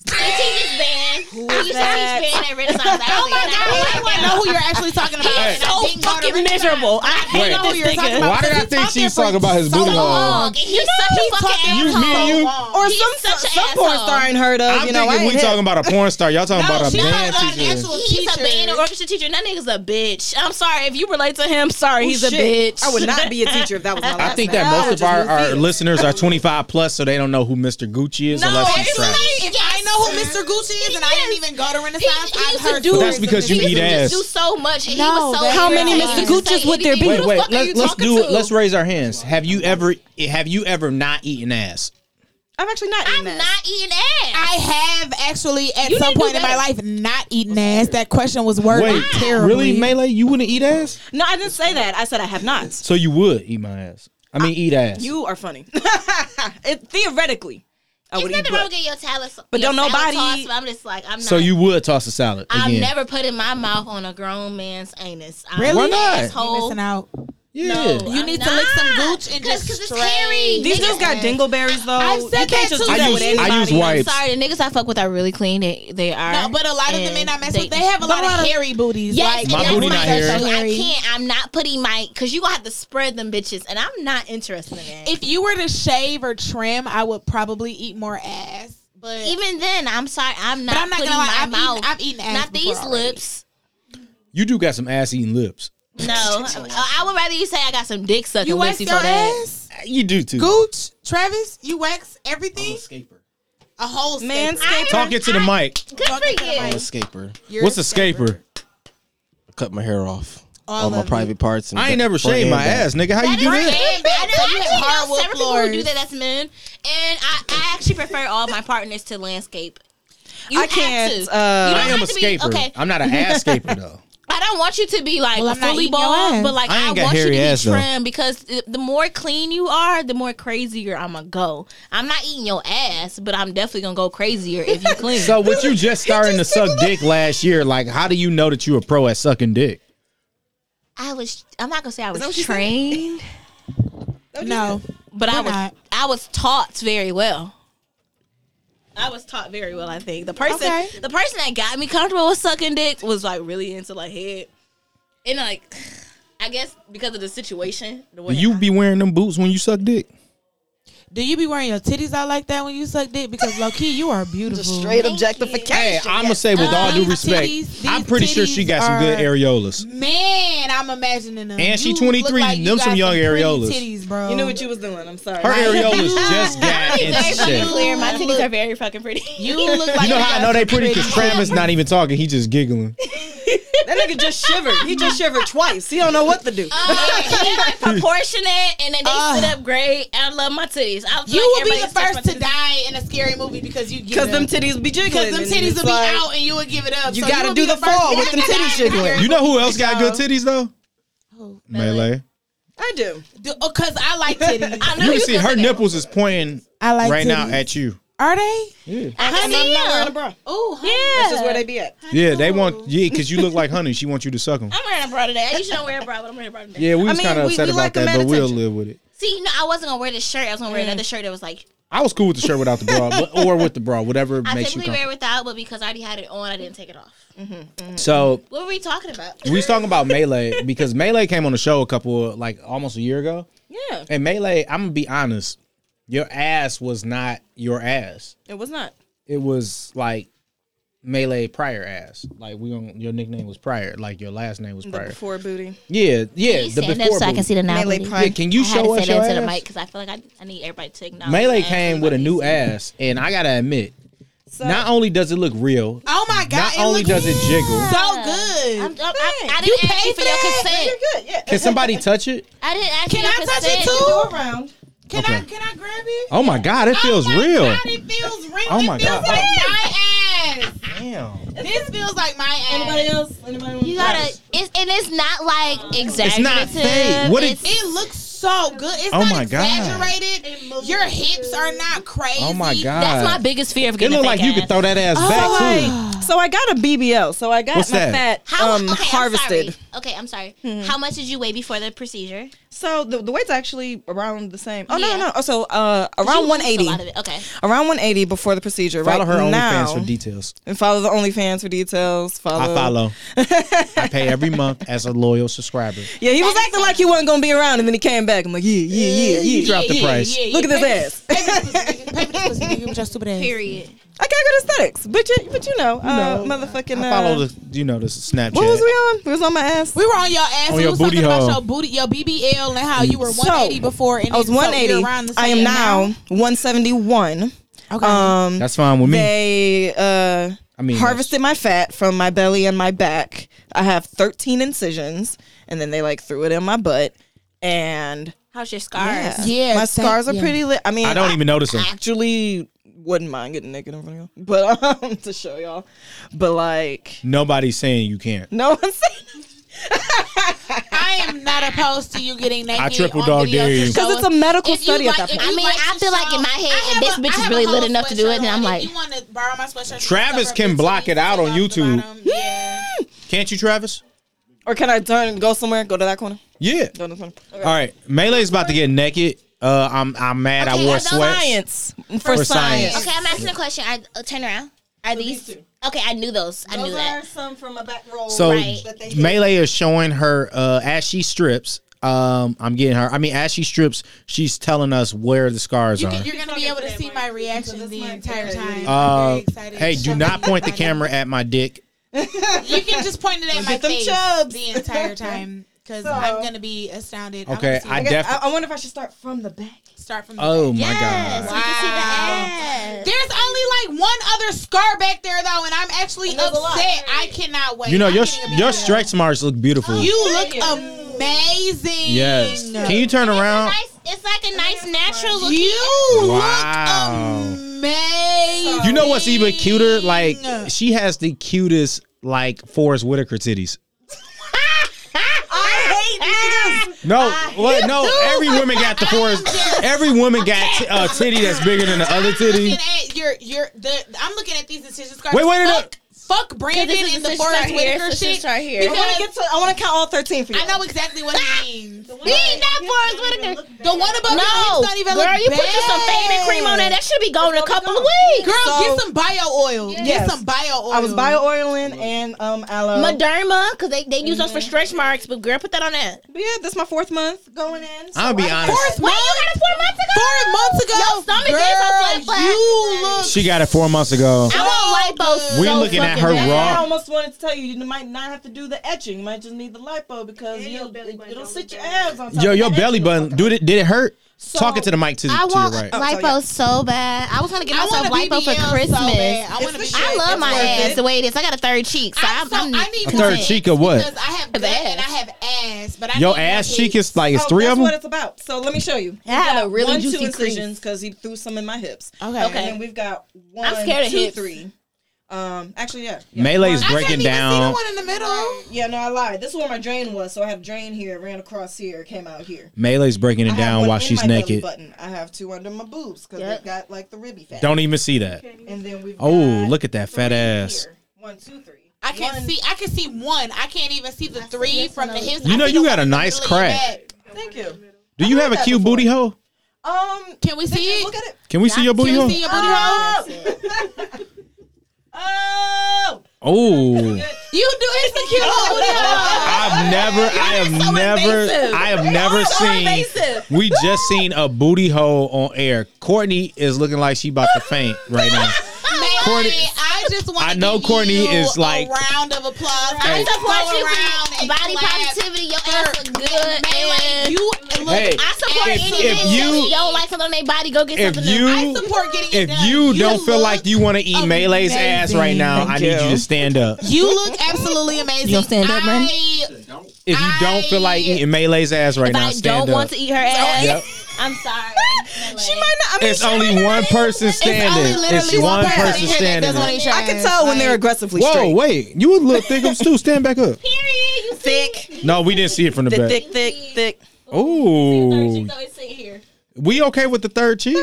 Speaker 3: I teach this band. I used to teach
Speaker 4: that?
Speaker 3: band at Renaissance. oh my
Speaker 1: I want to know who you're actually talking about.
Speaker 3: Hey.
Speaker 1: And I
Speaker 3: So
Speaker 1: didn't go to
Speaker 3: fucking
Speaker 1: Renaissance.
Speaker 4: miserable. I
Speaker 1: I
Speaker 2: Wait.
Speaker 1: didn't know who you were talking about.
Speaker 2: Why did I think she was talking about his booty hole?
Speaker 3: Dog, he's such a fucking
Speaker 2: You,
Speaker 3: asshole.
Speaker 2: me and you.
Speaker 1: Or
Speaker 4: Or
Speaker 3: He's
Speaker 4: some
Speaker 3: such an
Speaker 4: some porn
Speaker 3: asshole.
Speaker 4: star ain't heard of.
Speaker 2: I'm
Speaker 4: you know, I
Speaker 2: thinking we
Speaker 4: ain't
Speaker 2: talking about a porn star. Y'all talking about a
Speaker 1: she's
Speaker 2: band
Speaker 1: talking about an
Speaker 2: teacher.
Speaker 1: actual-
Speaker 3: He's
Speaker 1: teacher.
Speaker 3: a band and orchestra teacher. That nigga's a bitch. I'm sorry if you relate to him. Sorry, he's a bitch.
Speaker 4: Oh, I would not be a teacher if that was my last
Speaker 2: I think
Speaker 4: name.
Speaker 2: that
Speaker 4: I would
Speaker 2: most of
Speaker 4: just
Speaker 2: our, uh,
Speaker 4: move
Speaker 2: our
Speaker 4: fields.
Speaker 2: listeners are 25 plus, so they don't know who Mr. Gucci is
Speaker 3: No,
Speaker 2: unless he's
Speaker 3: it's
Speaker 2: Travis.
Speaker 3: like-
Speaker 1: If I know who Mr. Gucci is and I didn't even go to
Speaker 3: He,
Speaker 1: Renaissance,
Speaker 3: he
Speaker 1: I've
Speaker 3: used to
Speaker 1: heard
Speaker 3: do.
Speaker 2: But that's because
Speaker 3: he
Speaker 2: you
Speaker 3: used
Speaker 2: eat
Speaker 3: to
Speaker 2: ass.
Speaker 3: just do so much. and he
Speaker 1: No,
Speaker 3: was so
Speaker 1: that's How many
Speaker 3: irritating.
Speaker 1: Mr.
Speaker 3: He used to
Speaker 4: Gooches
Speaker 3: say
Speaker 4: would there
Speaker 3: anything.
Speaker 4: be?
Speaker 2: Wait,
Speaker 3: Who the
Speaker 2: wait.
Speaker 3: fuck are
Speaker 2: Let,
Speaker 3: you
Speaker 2: let's
Speaker 3: talking
Speaker 2: do.
Speaker 3: to?
Speaker 2: Let's raise our hands. Have you ever? Have you ever not eaten ass?
Speaker 4: I've actually not
Speaker 3: I'm
Speaker 4: eaten that.
Speaker 3: not eating ass.
Speaker 1: I have actually at
Speaker 3: You
Speaker 1: some
Speaker 3: need to
Speaker 1: point
Speaker 3: do
Speaker 1: in my life not eaten ass. That question was worded
Speaker 2: Wait,
Speaker 1: terribly.
Speaker 2: really, Melee? You wouldn't eat ass?
Speaker 4: No, I didn't say that. I said I have not.
Speaker 2: So you would eat my ass. I mean, eat ass.
Speaker 4: You are funny. it, theoretically, I
Speaker 3: There's
Speaker 4: would eat
Speaker 3: nothing wrong with
Speaker 4: blood.
Speaker 3: getting your talent,
Speaker 4: But
Speaker 3: your
Speaker 4: don't
Speaker 3: salad
Speaker 4: nobody-
Speaker 3: tossed, but I'm just like I'm not.
Speaker 2: so you would toss a salad
Speaker 3: I'm
Speaker 2: again?
Speaker 3: never putting my mouth on a grown man's anus. I'm
Speaker 1: Really?
Speaker 2: Why
Speaker 3: an
Speaker 2: not?
Speaker 1: You
Speaker 3: Asshole.
Speaker 1: missing out.
Speaker 2: yeah.
Speaker 3: No,
Speaker 1: You
Speaker 3: I'm
Speaker 1: need to lick some
Speaker 3: not.
Speaker 1: gooch and
Speaker 3: Cause,
Speaker 1: just
Speaker 3: cause it's
Speaker 1: straight.
Speaker 3: hairy.
Speaker 4: These
Speaker 3: Niggas-
Speaker 4: dudes got dingleberries though.
Speaker 1: I've said
Speaker 4: you
Speaker 1: that
Speaker 4: can't just
Speaker 1: too,
Speaker 4: do
Speaker 1: though.
Speaker 4: that with
Speaker 1: I use-
Speaker 4: anybody.
Speaker 2: I use
Speaker 3: I'm
Speaker 2: wipes.
Speaker 3: sorry, the niggas I fuck with are really clean. They they are.
Speaker 1: No, but a lot of the
Speaker 3: And
Speaker 1: men I mess with, they have a lot of hairy booties.
Speaker 3: Yes,
Speaker 1: like,
Speaker 3: and
Speaker 2: My
Speaker 3: that's
Speaker 2: booty
Speaker 3: my
Speaker 2: not
Speaker 3: issue.
Speaker 2: hairy.
Speaker 3: I can't. I'm not putting my because you gonna have to spread them bitches, and I'm not interested in that.
Speaker 1: If you were to shave or trim, I would probably eat more ass. But
Speaker 3: Even then, I'm sorry. I'm not.
Speaker 1: But I'm not
Speaker 3: putting
Speaker 1: gonna lie,
Speaker 3: my
Speaker 1: I've
Speaker 3: mouth.
Speaker 1: eaten, I've eaten ass.
Speaker 3: not
Speaker 1: before
Speaker 3: these
Speaker 1: already.
Speaker 3: lips.
Speaker 2: You do got some ass eating lips.
Speaker 3: No, I I would rather you say I got some dick sucking
Speaker 1: You wax
Speaker 3: lips for
Speaker 1: your
Speaker 3: that.
Speaker 1: ass,
Speaker 2: You do too.
Speaker 1: Gooch, Travis. You wax everything.
Speaker 2: Escaper.
Speaker 1: A whole
Speaker 4: Man,
Speaker 1: staple.
Speaker 4: scape-
Speaker 2: Talk it to the mic.
Speaker 3: Good for
Speaker 2: I'm a
Speaker 3: you.
Speaker 6: escaper.
Speaker 1: You're
Speaker 2: What's
Speaker 1: a
Speaker 2: a scaper?
Speaker 6: I cut my hair off.
Speaker 1: All
Speaker 6: All, my
Speaker 1: of it.
Speaker 6: private parts. And
Speaker 2: I ain't
Speaker 6: got
Speaker 2: never
Speaker 6: front
Speaker 2: shaved
Speaker 6: and
Speaker 2: my
Speaker 6: back.
Speaker 2: ass, nigga. How you
Speaker 3: That
Speaker 2: do
Speaker 3: is
Speaker 2: that?
Speaker 3: bad. I know
Speaker 1: You have
Speaker 3: I actually know
Speaker 1: hardwood
Speaker 3: several people who do
Speaker 1: floors.
Speaker 3: that. That's men, and I, I actually prefer all my partners to landscape. You
Speaker 4: I
Speaker 3: have
Speaker 4: can't,
Speaker 3: to.
Speaker 4: uh,
Speaker 3: You don't
Speaker 2: I am a
Speaker 3: have to be-
Speaker 2: scaper.
Speaker 3: okay.
Speaker 2: I'm not an ass scaper though.
Speaker 3: I don't want you to be like
Speaker 1: Well,
Speaker 3: a
Speaker 1: I'm not
Speaker 3: fully
Speaker 1: eating your ass.
Speaker 3: bald, but like
Speaker 2: I
Speaker 3: I,
Speaker 2: ain't got
Speaker 3: want you to
Speaker 2: hairy
Speaker 3: be
Speaker 2: ass, though.
Speaker 3: trim because th- the more clean you are, the more crazier I'ma go. I'm not eating your ass, but I'm definitely gonna go crazier if you clean.
Speaker 2: So with you just starting to suck dick last year, like how do you know that you a pro at sucking dick?
Speaker 3: I was. I'm not gonna say I was
Speaker 4: that what you said?
Speaker 3: trained,
Speaker 1: No.
Speaker 3: but I
Speaker 1: You're
Speaker 3: was.
Speaker 1: not.
Speaker 3: I was taught very well. I was taught very well. I think the person,
Speaker 1: Okay.
Speaker 3: the person that got me comfortable with sucking dick was like really into like head, and like I guess because of the situation, the way
Speaker 2: Do you be wearing them boots when you suck dick?
Speaker 1: Do you be wearing your titties out like that when you suck dick? Because low key, you are beautiful.
Speaker 7: Just straight
Speaker 2: Hey,
Speaker 7: objectification.
Speaker 2: I'm gonna say with all due
Speaker 1: These
Speaker 2: respect,
Speaker 1: titties-
Speaker 2: I'm
Speaker 1: these
Speaker 2: pretty sure she
Speaker 1: titties
Speaker 2: got some good
Speaker 1: are-
Speaker 2: areolas.
Speaker 1: Man, I'm imagining them.
Speaker 2: And she
Speaker 1: You look
Speaker 2: 23,
Speaker 1: you
Speaker 2: them
Speaker 1: got
Speaker 2: some young
Speaker 1: pretty
Speaker 2: areolas.
Speaker 1: Titties, bro.
Speaker 4: You knew what you was doing. I'm sorry.
Speaker 2: Her areolas just got
Speaker 3: Very
Speaker 2: into
Speaker 3: fucking
Speaker 2: shape.
Speaker 3: clear. My
Speaker 1: You
Speaker 3: titties
Speaker 1: look-
Speaker 3: are very fucking pretty.
Speaker 1: You look like
Speaker 2: You know how I
Speaker 1: got
Speaker 2: know they
Speaker 1: some
Speaker 2: pretty? Because Travis not even talking; he just giggling.
Speaker 4: that nigga just shivered. He just shivered twice. He don't know what to do.
Speaker 3: Uh, they're proportionate and then they
Speaker 1: Uh.
Speaker 3: sit up great. I love my titties. I feel
Speaker 1: You
Speaker 3: like
Speaker 1: will be
Speaker 3: everybody
Speaker 1: the
Speaker 3: else
Speaker 1: first
Speaker 3: touched my
Speaker 1: to
Speaker 3: titties.
Speaker 1: die in a scary movie because you give
Speaker 4: Because
Speaker 1: it
Speaker 4: them
Speaker 1: up.
Speaker 4: titties be jiggling.
Speaker 1: because them
Speaker 4: and
Speaker 1: titties
Speaker 4: it's
Speaker 1: will be
Speaker 4: like-
Speaker 1: out and you would give it up.
Speaker 4: You
Speaker 1: So
Speaker 4: gotta
Speaker 1: will
Speaker 4: do
Speaker 1: be
Speaker 4: the
Speaker 1: first
Speaker 4: fall
Speaker 1: to
Speaker 4: with them
Speaker 1: die in a
Speaker 4: titties
Speaker 1: scary
Speaker 4: jiggling.
Speaker 2: You know who else got good
Speaker 1: So-
Speaker 2: titties though?
Speaker 1: Who?
Speaker 2: Melee.
Speaker 4: I do.
Speaker 1: Do- Oh, cause I like titties.
Speaker 3: I know
Speaker 2: You can
Speaker 3: you
Speaker 2: see
Speaker 3: said
Speaker 2: her
Speaker 3: that.
Speaker 2: nipples is pointing
Speaker 1: I like
Speaker 2: right now
Speaker 1: titties.
Speaker 2: at you.
Speaker 1: Are they?
Speaker 4: And I'm not wearing a bra.
Speaker 1: Ooh, honey.
Speaker 4: That's just where they be at.
Speaker 2: Yeah, they want yeah because you look like honey. She wants you to suck them.
Speaker 3: I'm wearing a bra today. I usually don't wear a bra, but I'm wearing a bra today.
Speaker 2: Yeah, we was
Speaker 4: mean,
Speaker 2: kind of
Speaker 4: we-
Speaker 2: upset
Speaker 4: we
Speaker 2: about
Speaker 4: like
Speaker 2: that,
Speaker 4: them
Speaker 2: but
Speaker 4: at
Speaker 2: we'll
Speaker 4: attention.
Speaker 2: live with it.
Speaker 3: See, no, I wasn't gonna wear this shirt. I was gonna wear another shirt that was like
Speaker 2: I was cool with the shirt without the bra, but, or with the bra, whatever
Speaker 3: I
Speaker 2: makes you
Speaker 3: typically wear it
Speaker 2: comfortable.
Speaker 3: without, but because I already had it on, I didn't take it off.
Speaker 2: So
Speaker 3: What were we talking about?
Speaker 2: we was talking about melee because melee came on the show a couple like almost a year ago,
Speaker 4: Yeah,
Speaker 2: and melee. I'm gonna be honest, your ass was not your ass.
Speaker 4: it was not.
Speaker 2: It was like melee prior ass. Like we on your nickname was prior. Like your last name was
Speaker 4: The
Speaker 2: prior.
Speaker 4: before booty.
Speaker 2: Yeah, yeah.
Speaker 3: You
Speaker 2: the
Speaker 3: stand up
Speaker 2: before
Speaker 3: so I
Speaker 2: booty.
Speaker 3: can see the now.
Speaker 4: Melee
Speaker 3: booty.
Speaker 4: prime.
Speaker 2: Yeah, can you
Speaker 3: I had
Speaker 2: show
Speaker 3: to
Speaker 2: us
Speaker 3: say
Speaker 2: your
Speaker 3: that to the
Speaker 2: ass?
Speaker 3: mic Oh, because I feel like I, I need everybody to acknowledge.
Speaker 2: Melee
Speaker 3: my ass
Speaker 2: came with a new
Speaker 3: everybody's-
Speaker 2: ass, and I gotta admit, not
Speaker 3: Oh.
Speaker 2: only does it look real,
Speaker 1: Oh my god!
Speaker 2: not only
Speaker 1: looks
Speaker 2: does it jiggle,
Speaker 1: so good.
Speaker 3: I'm, I'm, I, I
Speaker 1: You
Speaker 3: didn't ask you
Speaker 1: paid
Speaker 3: for your
Speaker 1: for that?
Speaker 3: consent.
Speaker 4: You're good. Yeah.
Speaker 2: can somebody touch it?
Speaker 3: I didn't ask
Speaker 1: Can
Speaker 3: you
Speaker 1: I
Speaker 3: your
Speaker 1: touch it
Speaker 3: consent.
Speaker 1: too?
Speaker 4: Around.
Speaker 1: Can I?
Speaker 2: Okay.
Speaker 1: Can I grab it?
Speaker 2: Oh my god, it feels
Speaker 1: oh my
Speaker 2: real.
Speaker 1: God, it feels real.
Speaker 2: Oh my
Speaker 1: it feels
Speaker 2: God.
Speaker 1: like my ass.
Speaker 2: Damn.
Speaker 1: This feels like my ass.
Speaker 4: Anybody else? Anybody? want
Speaker 3: You
Speaker 4: to
Speaker 3: gotta, it's, and it's not like exaggerative.
Speaker 2: fake. What it-
Speaker 1: It looks so good. It's
Speaker 2: Oh
Speaker 1: not
Speaker 2: my God.
Speaker 1: exaggerated. Your hips are not crazy.
Speaker 2: Oh my god.
Speaker 3: that's my biggest fear of
Speaker 2: It
Speaker 3: getting
Speaker 2: looked
Speaker 3: a
Speaker 2: like
Speaker 3: fake
Speaker 2: you could
Speaker 3: ass.
Speaker 2: throw that ass
Speaker 4: So,
Speaker 2: back too.
Speaker 4: I- so I got a BBL. So I got
Speaker 2: What's
Speaker 4: my
Speaker 2: that?
Speaker 4: fat
Speaker 3: How,
Speaker 4: um,
Speaker 3: okay,
Speaker 4: harvested.
Speaker 3: I'm sorry. Okay, I'm sorry.
Speaker 4: Hmm.
Speaker 3: How much did you weigh before the procedure?
Speaker 4: So the, the weight's actually around the same. Oh
Speaker 3: Yeah.
Speaker 4: no no. no. So uh,
Speaker 3: You
Speaker 4: around
Speaker 3: lose a lot
Speaker 4: 180.
Speaker 3: of it. Okay.
Speaker 4: Around 180 before the procedure.
Speaker 2: Follow
Speaker 4: right
Speaker 2: her
Speaker 4: now,
Speaker 2: OnlyFans for details.
Speaker 4: and follow the OnlyFans for details. Follow.
Speaker 2: I follow. I pay every month as a loyal subscriber.
Speaker 4: Yeah, he was acting like he wasn't gonna be around, and then he came back. I'm like, yeah yeah yeah yeah.
Speaker 2: You dropped the price.
Speaker 4: Look at this ass.
Speaker 1: With your stupid ass.
Speaker 3: Period.
Speaker 4: I got good aesthetics, but you, but you know, uh, motherfucking.
Speaker 2: I
Speaker 4: Uh,
Speaker 2: follow the you know the Snapchat.
Speaker 4: what was we on? We was on my ass.
Speaker 1: We were on your ass.
Speaker 2: On
Speaker 1: we
Speaker 2: your
Speaker 1: was
Speaker 2: booty
Speaker 1: talking
Speaker 2: hole.
Speaker 1: about your booty, your BBL, and how you were
Speaker 4: So,
Speaker 1: 180 before. And
Speaker 4: I was
Speaker 1: then- so you're
Speaker 4: 180.
Speaker 1: around the
Speaker 4: I am
Speaker 1: same
Speaker 4: now 171.
Speaker 1: Okay.
Speaker 4: Um,
Speaker 2: That's fine with me.
Speaker 4: they uh,
Speaker 2: I mean,
Speaker 4: harvested my fat from my belly and my back. I have 13 incisions, and then they like threw it in my butt. And
Speaker 3: How's your scars?
Speaker 4: yeah,
Speaker 1: Yeah,
Speaker 4: my
Speaker 1: that-
Speaker 4: scars are
Speaker 1: yeah.
Speaker 4: pretty lit. I mean,
Speaker 2: I don't even notice them.
Speaker 4: actually wouldn't mind getting naked in front of y'all, but um, to show y'all. But like,
Speaker 2: Nobody's saying you can't.
Speaker 4: no one's saying
Speaker 1: I am not opposed to you getting naked.
Speaker 2: triple
Speaker 1: on
Speaker 2: dog
Speaker 1: video
Speaker 2: dare
Speaker 1: to
Speaker 2: you.
Speaker 1: show
Speaker 4: because it's a
Speaker 1: us.
Speaker 4: medical
Speaker 1: If you
Speaker 4: study
Speaker 1: like-
Speaker 4: at that
Speaker 1: if
Speaker 4: point.
Speaker 3: I
Speaker 1: you
Speaker 3: mean, I
Speaker 1: to
Speaker 3: feel like
Speaker 1: show-
Speaker 3: in my head,
Speaker 1: I have
Speaker 3: this
Speaker 1: a-
Speaker 3: bitch
Speaker 1: I
Speaker 3: is
Speaker 1: have
Speaker 3: really
Speaker 1: a
Speaker 3: lit
Speaker 1: whole
Speaker 3: enough to do it, and
Speaker 1: sweatshirt
Speaker 3: I'm
Speaker 1: on.
Speaker 3: like-
Speaker 1: If you want to borrow my sweatshirt?
Speaker 2: Travis
Speaker 1: cover
Speaker 2: can
Speaker 1: my
Speaker 2: block it
Speaker 1: titties
Speaker 2: out on
Speaker 1: off the
Speaker 2: YouTube.
Speaker 1: bottom. Yeah.
Speaker 2: Can't you, Travis?
Speaker 4: Mm. Or can I turn, go somewhere, go to that corner,
Speaker 2: Yeah.
Speaker 4: go to this corner? Okay.
Speaker 2: All right. Melee's about to get naked. Uh, I'm I'm mad. I
Speaker 3: Okay,
Speaker 2: wore
Speaker 3: are those
Speaker 2: sweats.
Speaker 4: Science for,
Speaker 2: For
Speaker 4: science.
Speaker 2: science.
Speaker 3: Okay, I'm asking a question. I uh, turn around. Are these? Okay, I knew those. I knew that.
Speaker 4: some from a back roll.
Speaker 2: So
Speaker 3: Right.
Speaker 2: Melee is showing her uh, as she strips. Um, I'm getting her. I mean, as she strips, she's telling us where the scars
Speaker 1: You
Speaker 2: are.
Speaker 1: can, you're gonna be able to see my reaction the entire time. I'm
Speaker 2: uh,
Speaker 1: very excited.
Speaker 2: hey, do
Speaker 1: Show
Speaker 2: not point the
Speaker 1: everybody.
Speaker 2: camera at my dick.
Speaker 1: You can just point it at my
Speaker 4: them
Speaker 1: face
Speaker 4: chubs.
Speaker 1: the entire time. because
Speaker 4: So-
Speaker 1: I'm gonna be astounded. I'm
Speaker 8: Okay,
Speaker 1: gonna see
Speaker 8: I
Speaker 1: it.
Speaker 4: I, guess,
Speaker 8: defi-
Speaker 4: I, I wonder if I should start from the back.
Speaker 1: start from. The
Speaker 2: uh,
Speaker 8: Oh my
Speaker 3: yes,
Speaker 8: god.
Speaker 3: we can see
Speaker 1: Wow.
Speaker 3: the ass.
Speaker 1: There's only like one other scar back there though, and I'm actually
Speaker 4: there's a lot.
Speaker 1: upset. I cannot wait.
Speaker 2: You know
Speaker 1: I'm
Speaker 2: your
Speaker 1: getting a video.
Speaker 2: your stretch marks look beautiful.
Speaker 1: You look amazing.
Speaker 2: yes. Can you turn around?
Speaker 3: Nice, it's like a nice natural looking.
Speaker 1: You
Speaker 2: Wow.
Speaker 1: look amazing.
Speaker 2: You know what's even cuter? Like she has the cutest like Forrest Whitaker titties.
Speaker 4: I hate
Speaker 2: No, what? No, every woman got the Forrest. Every woman got a titty that's bigger than the other titty.
Speaker 1: looking at your your the I'm looking at these decision cards.
Speaker 2: Wait, wait, wait,
Speaker 1: fuck, fuck Brandon
Speaker 3: This is
Speaker 1: and the
Speaker 3: decisions
Speaker 1: Forrest
Speaker 3: right here,
Speaker 1: Whitaker
Speaker 3: decisions
Speaker 1: shit.
Speaker 3: right here.
Speaker 4: I want
Speaker 1: Because
Speaker 4: to get to. I want to count all thirteen for you.
Speaker 1: I know exactly what
Speaker 3: Ah!
Speaker 1: he means. The
Speaker 3: He ain't not Forrest Whitaker.
Speaker 1: one above your hips
Speaker 3: No,
Speaker 1: don't even
Speaker 3: girl,
Speaker 1: look
Speaker 3: you put you some
Speaker 1: bad.
Speaker 3: faded cream on that. That should be gone in a couple of weeks.
Speaker 1: Girl, get
Speaker 4: So-
Speaker 1: some bio oil. Get
Speaker 4: Yes.
Speaker 1: some bio oil.
Speaker 4: I was bio oiling and um aloe.
Speaker 3: Moderma, because they, they use those
Speaker 1: Mm-hmm.
Speaker 3: for stretch marks, but girl, put that on that.
Speaker 4: But yeah, this my fourth month going in. So
Speaker 2: I'll be
Speaker 4: I-
Speaker 2: honest.
Speaker 1: Fourth
Speaker 3: Wait,
Speaker 1: month?
Speaker 3: you got it four months ago?
Speaker 1: Four months ago.
Speaker 3: Your stomach
Speaker 1: girl,
Speaker 3: is so flat, flat.
Speaker 1: You look.
Speaker 2: She got it four months ago.
Speaker 3: I want lipo.
Speaker 2: We
Speaker 3: so
Speaker 2: looking at
Speaker 3: fucking
Speaker 2: her
Speaker 3: bad.
Speaker 2: raw.
Speaker 4: I almost wanted to tell you, you might not have to do the etching. You might just need the lipo because you'll, it'll sit your abs on top.
Speaker 2: Yo,
Speaker 4: of
Speaker 2: your
Speaker 4: that
Speaker 2: belly
Speaker 4: etching.
Speaker 2: button. Dude, it, did it hurt?
Speaker 4: So,
Speaker 2: Talking to the mic to, to
Speaker 3: I
Speaker 2: your
Speaker 3: want
Speaker 2: right.
Speaker 4: sorry.
Speaker 3: lipo so bad. I was gonna get
Speaker 1: I
Speaker 3: myself
Speaker 1: want a
Speaker 3: lipo
Speaker 1: BBL
Speaker 3: for Christmas.
Speaker 1: So bad. I want to
Speaker 4: It's
Speaker 1: be.
Speaker 4: the
Speaker 3: I
Speaker 4: shit.
Speaker 3: love
Speaker 4: It's
Speaker 3: my
Speaker 4: worth
Speaker 3: ass
Speaker 4: it.
Speaker 3: the way it is. I got a third cheek, so
Speaker 1: I'm
Speaker 3: I'm,
Speaker 1: so,
Speaker 3: I'm,
Speaker 1: I need
Speaker 2: A third
Speaker 1: tits
Speaker 2: cheek of what?
Speaker 1: Because I have gut
Speaker 3: ass.
Speaker 1: and I have ass, but I
Speaker 2: Your
Speaker 1: need
Speaker 2: ass
Speaker 1: more
Speaker 2: cheek
Speaker 1: tits.
Speaker 2: is like it's
Speaker 4: Oh,
Speaker 2: three
Speaker 4: that's
Speaker 2: of them.
Speaker 4: what it's about. So let me show you.
Speaker 3: I have a really
Speaker 4: one,
Speaker 3: juicy
Speaker 4: two
Speaker 3: crease.
Speaker 4: incisions because he threw some in my hips.
Speaker 1: Okay.
Speaker 4: And
Speaker 1: Okay.
Speaker 4: then we've got one,
Speaker 3: I'm scared of
Speaker 4: two,
Speaker 3: hips.
Speaker 4: three. Um, actually, yeah. yeah.
Speaker 2: Melee is
Speaker 1: I can't even
Speaker 2: breaking
Speaker 1: see the
Speaker 2: down.
Speaker 1: one in the middle.
Speaker 4: Yeah, no, I lied. This is where my drain was. So I had a drain here, ran across here, came out here.
Speaker 2: Melee's breaking
Speaker 4: I
Speaker 2: it
Speaker 4: have
Speaker 2: down
Speaker 4: one
Speaker 2: while
Speaker 4: in
Speaker 2: she's
Speaker 4: my belly
Speaker 2: naked.
Speaker 4: Button. I have two under my boobs because
Speaker 3: Yep.
Speaker 4: they've got like the ribby fat.
Speaker 2: Don't even see that.
Speaker 4: And then we've
Speaker 2: Oh,
Speaker 4: got
Speaker 2: look at that fat
Speaker 4: three
Speaker 2: ass.
Speaker 4: here. One, two, three.
Speaker 1: I can
Speaker 4: One-
Speaker 1: see. I can see one. I can't even see the three from the hips.
Speaker 2: You
Speaker 1: I
Speaker 2: know
Speaker 1: see
Speaker 2: you
Speaker 1: the one
Speaker 2: got a
Speaker 1: in the
Speaker 2: nice
Speaker 1: middle of your
Speaker 2: crack.
Speaker 1: back.
Speaker 4: Thank you.
Speaker 2: Do you
Speaker 4: heard
Speaker 2: have a
Speaker 4: that
Speaker 2: cute
Speaker 4: before.
Speaker 2: booty hole?
Speaker 4: Um,
Speaker 1: Can we see
Speaker 4: look
Speaker 1: it?
Speaker 4: at it.
Speaker 2: Can we see your booty
Speaker 1: Can
Speaker 2: hole?
Speaker 1: we see your booty hole?
Speaker 4: Oh,
Speaker 2: Oh,
Speaker 1: You do. It's a cute little booty hole.
Speaker 2: I've never, I have never, I have never seen. We just seen a booty hole on air. Courtney is looking like she about to faint right now.
Speaker 3: Oh.
Speaker 1: Mary,
Speaker 2: Courtney-
Speaker 1: I just want.
Speaker 2: I know Courtney is like-
Speaker 1: a round of applause.
Speaker 3: I
Speaker 2: Hey.
Speaker 3: support
Speaker 1: Go
Speaker 3: you
Speaker 1: around
Speaker 3: for
Speaker 1: and
Speaker 3: your body
Speaker 1: clap.
Speaker 3: positivity. Your ass look good.
Speaker 1: Man,
Speaker 3: and
Speaker 1: you look.
Speaker 2: Hey,
Speaker 3: I support
Speaker 2: If-
Speaker 3: anything.
Speaker 2: if you-
Speaker 3: you don't like something on their body, go get
Speaker 2: If
Speaker 3: something. else.
Speaker 1: I
Speaker 2: you,
Speaker 1: support getting it
Speaker 2: if
Speaker 1: done.
Speaker 2: you don't feel like you want to eat Melee's
Speaker 1: amazing.
Speaker 2: ass right now, I need you to stand up.
Speaker 1: You look absolutely amazing.
Speaker 3: gonna stand up, Brandon?
Speaker 1: I,
Speaker 2: If you don't feel like eating Melee's ass right
Speaker 3: if
Speaker 2: now,
Speaker 3: I
Speaker 2: stand
Speaker 3: don't want
Speaker 2: up.
Speaker 3: to eat her ass,
Speaker 2: Yep.
Speaker 3: I'm sorry.
Speaker 4: she might not. I mean,
Speaker 2: It's only one person standing.
Speaker 1: only
Speaker 2: It's
Speaker 1: literally one
Speaker 2: one
Speaker 1: person
Speaker 2: person
Speaker 1: here that
Speaker 2: standing.
Speaker 1: doesn't wanna eat
Speaker 4: I can tell when they're aggressively
Speaker 2: Whoa,
Speaker 4: straight.
Speaker 2: wait! You a little thick of stew. Stand back up.
Speaker 3: Period. You
Speaker 4: Thick,
Speaker 2: No, we didn't see it from the
Speaker 4: thick,
Speaker 2: back.
Speaker 4: thick, thick, thick.
Speaker 2: Oh,
Speaker 3: here.
Speaker 2: we okay with the third cheek?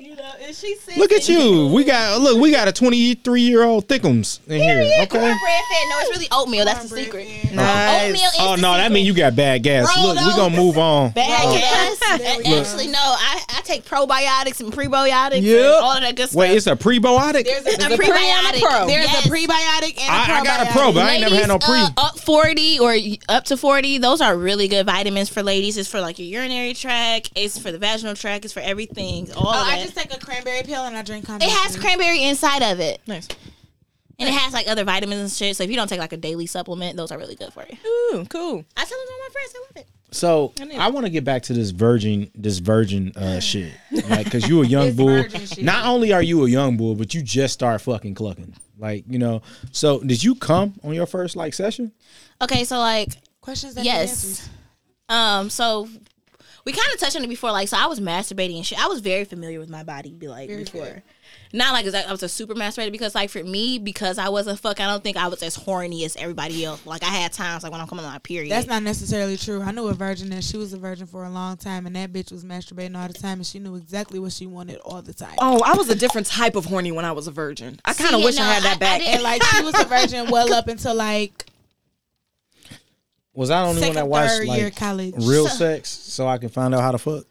Speaker 4: You know, is she sick?
Speaker 2: Look at you. We got look. We got a twenty-three year old thickums in here. Okay.
Speaker 3: Cornbread fed. No, it's really oatmeal. That's the secret.
Speaker 4: Nice.
Speaker 3: Oatmeal is
Speaker 2: Oh
Speaker 3: the
Speaker 2: no, that
Speaker 3: secret.
Speaker 2: mean you Oh. got bad gas. Look, we gonna move on.
Speaker 3: Yes. Actually, no. I, I take probiotics and prebiotics and
Speaker 2: Yep.
Speaker 3: all of that good stuff.
Speaker 2: Wait, it's a prebiotic.
Speaker 1: There's a,
Speaker 3: a
Speaker 1: there's
Speaker 3: prebiotic.
Speaker 1: a, there's
Speaker 3: Yes.
Speaker 1: a prebiotic and a
Speaker 2: I, I got a
Speaker 1: probiotic.
Speaker 2: pro, but I ain't never had no
Speaker 3: Ladies,
Speaker 2: pre.
Speaker 3: uh, up 40 or up to 40, those are really good vitamins for ladies. It's for like your urinary tract, it's for the vaginal tract, it's for everything. All
Speaker 1: Oh,
Speaker 3: of
Speaker 1: I
Speaker 3: that.
Speaker 1: just take a cranberry pill and I drink
Speaker 3: it
Speaker 1: combination.
Speaker 3: has cranberry inside of it.
Speaker 4: Nice.
Speaker 3: And it has like other vitamins and shit. So if you don't take like a daily supplement, those are really good for you.
Speaker 4: Ooh, cool.
Speaker 3: I tell them all my friends, I love it.
Speaker 2: So I want to get back to this virgin, this virgin uh, shit, like because you a young bull.
Speaker 1: virgin shit.
Speaker 2: Not only are you a young bull, but you just start fucking clucking, like you know. So did you come on your first like session?
Speaker 3: Okay, so like
Speaker 1: questions. That yes.
Speaker 3: Yes. Um. So we kind of touched on it before. Like, so I was masturbating and shit. I was very familiar with my body. Be like before. Not like exact- I was a super masturbator because, like, for me, because I wasn't fuck, I don't think I was as horny as everybody else. Like, I had times like when I'm coming on my period.
Speaker 1: That's not necessarily true. I knew a virgin and she was a virgin for a long time, and that bitch was masturbating all the time, and she knew exactly what she wanted all the time.
Speaker 4: Oh, I was a different type of horny when I was a virgin. I kind of
Speaker 3: See,
Speaker 4: wish
Speaker 3: no,
Speaker 4: I had
Speaker 3: I-
Speaker 4: that back.
Speaker 3: I
Speaker 1: And like she was a virgin well up until like
Speaker 2: Was I the only one
Speaker 1: second,
Speaker 2: that watched
Speaker 1: third year
Speaker 2: like
Speaker 1: college.
Speaker 2: real sex, so I can find out how to fuck?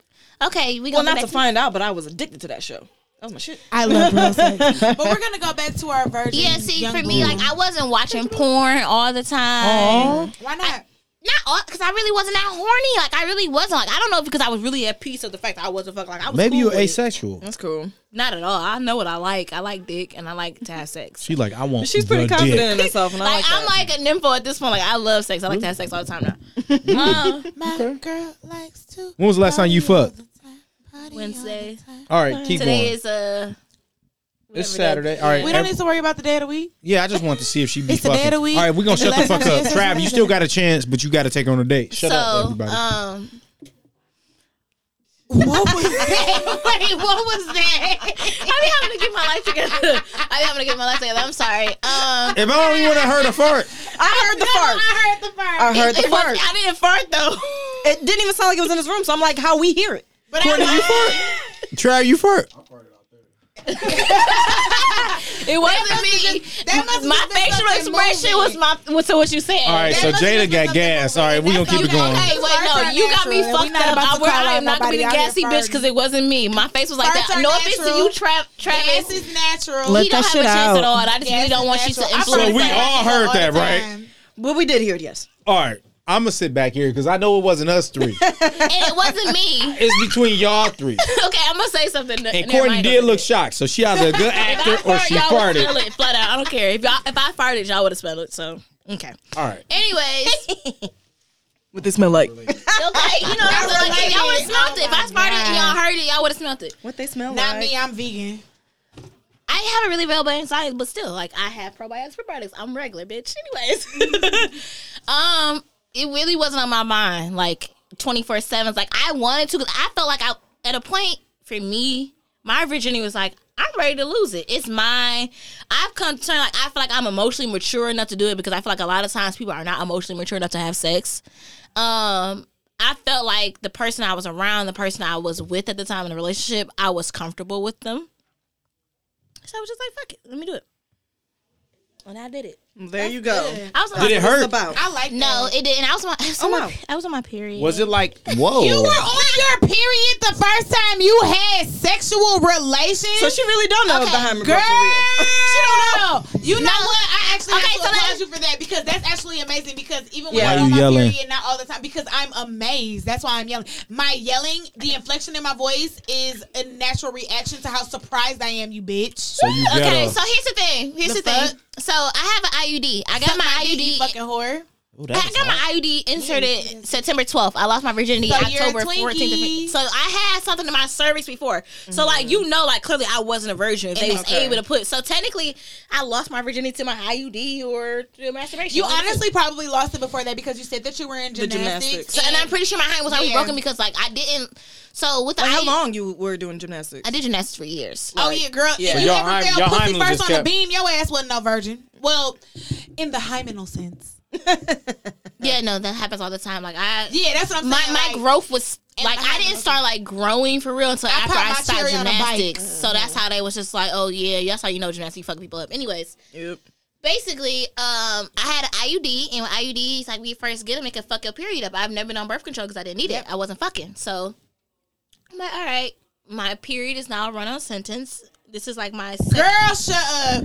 Speaker 3: okay. We
Speaker 4: well,
Speaker 3: going
Speaker 4: not
Speaker 3: back
Speaker 4: to
Speaker 3: to
Speaker 4: find out, but I was addicted to that show. That was my shit.
Speaker 1: I love real sex, but we're gonna go back to our virgin.
Speaker 3: Yeah. See,
Speaker 1: young
Speaker 3: for me,
Speaker 1: bull.
Speaker 3: like, I wasn't watching porn all the time.
Speaker 1: why not?
Speaker 3: Not not because I really wasn't that horny. Like I really wasn't. Like I don't know if because I was really at peace of the fact that I wasn't fucking. Like I was.
Speaker 5: Maybe
Speaker 3: cool
Speaker 5: you're
Speaker 3: with it.
Speaker 5: asexual.
Speaker 4: That's cool.
Speaker 3: Not at all. I know what I like. I like dick and I like to have sex.
Speaker 5: She like I want.
Speaker 4: She's pretty
Speaker 5: the
Speaker 4: confident
Speaker 5: dick.
Speaker 4: in herself, and I
Speaker 3: Like,
Speaker 4: like, that.
Speaker 3: I'm like a nympho at this point. Like I love sex. I like to have sex all the time now. um,
Speaker 1: My girl likes to.
Speaker 5: When was the last time you
Speaker 1: party all
Speaker 5: fucked?
Speaker 1: the time, party all the
Speaker 3: Wednesday.
Speaker 1: time.
Speaker 5: All right, keep
Speaker 3: today
Speaker 5: going.
Speaker 3: is uh
Speaker 5: It's
Speaker 3: whatever
Speaker 5: Saturday.
Speaker 3: that-
Speaker 5: All right.
Speaker 1: We don't
Speaker 5: Ev-
Speaker 1: need to worry about the day of the week.
Speaker 5: Yeah, I just want to see if she be
Speaker 1: It's the
Speaker 5: fucking.
Speaker 1: day of the week.
Speaker 5: All right, we're gonna
Speaker 1: It's
Speaker 5: shut
Speaker 1: the
Speaker 5: the
Speaker 1: last
Speaker 5: fuck up.
Speaker 1: time.
Speaker 5: Trav, you still got a chance, but you got to take her on a date. Shut
Speaker 3: so,
Speaker 5: up, everybody.
Speaker 3: Um,
Speaker 1: What was that?
Speaker 3: wait, what was that? I be having to get my life together. I be having to get my life together. I'm sorry. Um,
Speaker 5: if I only would have heard a fart,
Speaker 4: I heard the fart.
Speaker 3: I heard the fart.
Speaker 4: I heard the
Speaker 3: It was-
Speaker 4: fart.
Speaker 3: I didn't fart though.
Speaker 4: It didn't even sound like it was in his room, so I'm like, how we hear it?
Speaker 3: But I
Speaker 5: you fart. Trav, you fart.
Speaker 3: it wasn't me.
Speaker 1: That must
Speaker 3: My facial expression was my was so what you said.
Speaker 5: All right, so
Speaker 1: must have
Speaker 5: Jada
Speaker 1: been
Speaker 5: got
Speaker 1: something
Speaker 5: gas. All right, we're gonna
Speaker 3: Okay,
Speaker 5: keep it going.
Speaker 3: Okay, wait, no,
Speaker 1: Farts
Speaker 3: you
Speaker 1: are
Speaker 3: got me
Speaker 1: natural. We
Speaker 3: fucked
Speaker 1: not
Speaker 3: up.
Speaker 1: about
Speaker 3: I,
Speaker 1: to
Speaker 3: we're,
Speaker 1: call
Speaker 3: I
Speaker 1: out
Speaker 3: am not gonna be the
Speaker 1: nobody out
Speaker 3: gassy
Speaker 1: here
Speaker 3: bitch
Speaker 1: farting.
Speaker 3: because it wasn't me. My face was like
Speaker 1: Farts
Speaker 3: that.
Speaker 1: are
Speaker 3: No offense to
Speaker 1: natural.
Speaker 3: you, Trap Travis.
Speaker 1: Gas is natural.
Speaker 4: Let
Speaker 3: he
Speaker 4: that
Speaker 3: don't have
Speaker 4: shit
Speaker 3: a chance
Speaker 4: out.
Speaker 3: at all. and I just really
Speaker 1: Gas
Speaker 3: don't
Speaker 1: is
Speaker 3: want you to
Speaker 1: natural. I
Speaker 3: influence.
Speaker 1: fart
Speaker 5: So we
Speaker 1: like
Speaker 3: that.
Speaker 5: all
Speaker 1: that
Speaker 5: heard
Speaker 1: all
Speaker 5: that,
Speaker 1: the
Speaker 5: right?
Speaker 1: time.
Speaker 4: Well, we did hear it, yes.
Speaker 5: All right, I'm gonna sit back here because I know it wasn't us three.
Speaker 3: and it wasn't me.
Speaker 5: it's between y'all three.
Speaker 3: okay, I'm gonna say something. to-
Speaker 5: And
Speaker 3: never
Speaker 5: Courtney
Speaker 3: mind,
Speaker 5: did
Speaker 3: don't
Speaker 5: look
Speaker 3: do
Speaker 5: shocked, so she either a good
Speaker 3: that.
Speaker 5: actor
Speaker 3: If I
Speaker 5: or
Speaker 3: fart,
Speaker 5: she
Speaker 3: y'all would smell
Speaker 5: farted.
Speaker 3: it flat out. I don't care if y'all if I farted, y'all would have smelled it. So okay.
Speaker 5: All right,
Speaker 3: Anyways,
Speaker 4: What this smell like?
Speaker 3: okay, you know what I'm saying? Like, y'all would have smelled it. If I farted and y'all heard it, y'all would have smelled it.
Speaker 4: What they smell
Speaker 1: Not
Speaker 4: like?
Speaker 1: me. I'm vegan.
Speaker 3: I have a really bad anxiety, but still, like I have probiotics, probiotics. I'm regular, bitch. Anyways, um, it really wasn't on my mind like 24 seven. Like I wanted to, 'cause I felt like I at a point for me, my virginity was like I'm ready to lose it. It's mine. I've come to like I feel like I'm emotionally mature enough to do it because I feel like a lot of times people are not emotionally mature enough to have sex um I felt like the person I was around, the person I was with at the time in the relationship, I was comfortable with them. So I was just like, fuck it, let me do it. And I did it.
Speaker 4: There you go.
Speaker 3: I was on
Speaker 5: did
Speaker 3: my,
Speaker 5: it hurt?
Speaker 4: About
Speaker 1: I like
Speaker 3: No, it didn't. I was on my I was, on
Speaker 4: Oh,
Speaker 3: my-
Speaker 4: wow.
Speaker 3: I was on my period.
Speaker 5: was it like whoa?
Speaker 1: You were on your period the first time you had sexual relations.
Speaker 4: so she really don't know
Speaker 3: Okay,
Speaker 4: behind me.
Speaker 1: girl,
Speaker 4: for real.
Speaker 1: she don't know. You know what? I actually
Speaker 3: Okay,
Speaker 1: have to
Speaker 3: so
Speaker 1: applaud
Speaker 3: let-
Speaker 1: you for that because that's actually amazing. Because even when
Speaker 4: Yeah.
Speaker 1: I'm
Speaker 5: Why
Speaker 1: on
Speaker 5: you
Speaker 1: my
Speaker 5: yelling?
Speaker 1: period, not all the time, because I'm amazed. That's why I'm yelling. My yelling, the inflection in my voice is a natural reaction to how surprised I am. You bitch.
Speaker 5: so you got
Speaker 3: Okay,
Speaker 5: a-
Speaker 3: so here's the thing. Here's
Speaker 1: The
Speaker 3: the,
Speaker 1: fuck?
Speaker 3: thing. So I have an IUD. I got
Speaker 1: Suck
Speaker 3: my,
Speaker 1: dick, you
Speaker 3: IUD.
Speaker 1: fucking whore.
Speaker 5: Ooh, that
Speaker 3: I
Speaker 5: was
Speaker 3: got
Speaker 5: hot.
Speaker 3: my IUD inserted September 12th. I lost my virginity
Speaker 1: So you're a
Speaker 3: October 14th.
Speaker 1: Twinkie.
Speaker 3: So I had something in my cervix before. So like you know, like clearly I wasn't a virgin if they was
Speaker 4: Okay.
Speaker 3: able to put. So technically, I lost my virginity to my IUD or to masturbation.
Speaker 1: You
Speaker 3: One of the two.
Speaker 1: honestly probably lost it before that because you said that you were in gymnastics.
Speaker 4: gymnastics.
Speaker 3: So, and I'm pretty sure my hand was already
Speaker 1: Yeah.
Speaker 3: broken because like I didn't. So with the
Speaker 4: Like, how
Speaker 3: IUD
Speaker 4: long you were doing gymnastics?
Speaker 3: I did gymnastics for years.
Speaker 1: Oh yeah, girl.
Speaker 4: Yeah.
Speaker 1: If
Speaker 4: So
Speaker 1: you
Speaker 2: y'all
Speaker 1: ever
Speaker 2: hymen-
Speaker 1: failed
Speaker 2: y'all
Speaker 1: pussy
Speaker 2: hymen
Speaker 1: first
Speaker 2: just
Speaker 1: on a
Speaker 2: kept-
Speaker 1: beam, your ass wasn't no virgin. Well, in the hymenal sense.
Speaker 3: Yeah, no, that happens all the time. Like I,
Speaker 1: Yeah, that's what I'm
Speaker 3: my
Speaker 1: saying.
Speaker 3: my
Speaker 1: like,
Speaker 3: growth was
Speaker 1: And
Speaker 3: like
Speaker 1: the
Speaker 3: I
Speaker 1: hymen,
Speaker 3: didn't start like growing for real until after
Speaker 1: popped
Speaker 3: I
Speaker 1: my
Speaker 3: stopped
Speaker 1: cherry on a Mm-hmm. bike.
Speaker 3: gymnastics. So that's how they was just like, oh yeah, that's how you know gymnastics fuck people up. Anyways,
Speaker 4: Yep.
Speaker 3: basically, um, I had an IUD, and with IUDs, like we first get them, it can fuck your period up. I've never been on birth control because I didn't need it. I wasn't fucking. So I'm like, all right, my period is now a run on sentence. This is like my sec-
Speaker 1: girl, shut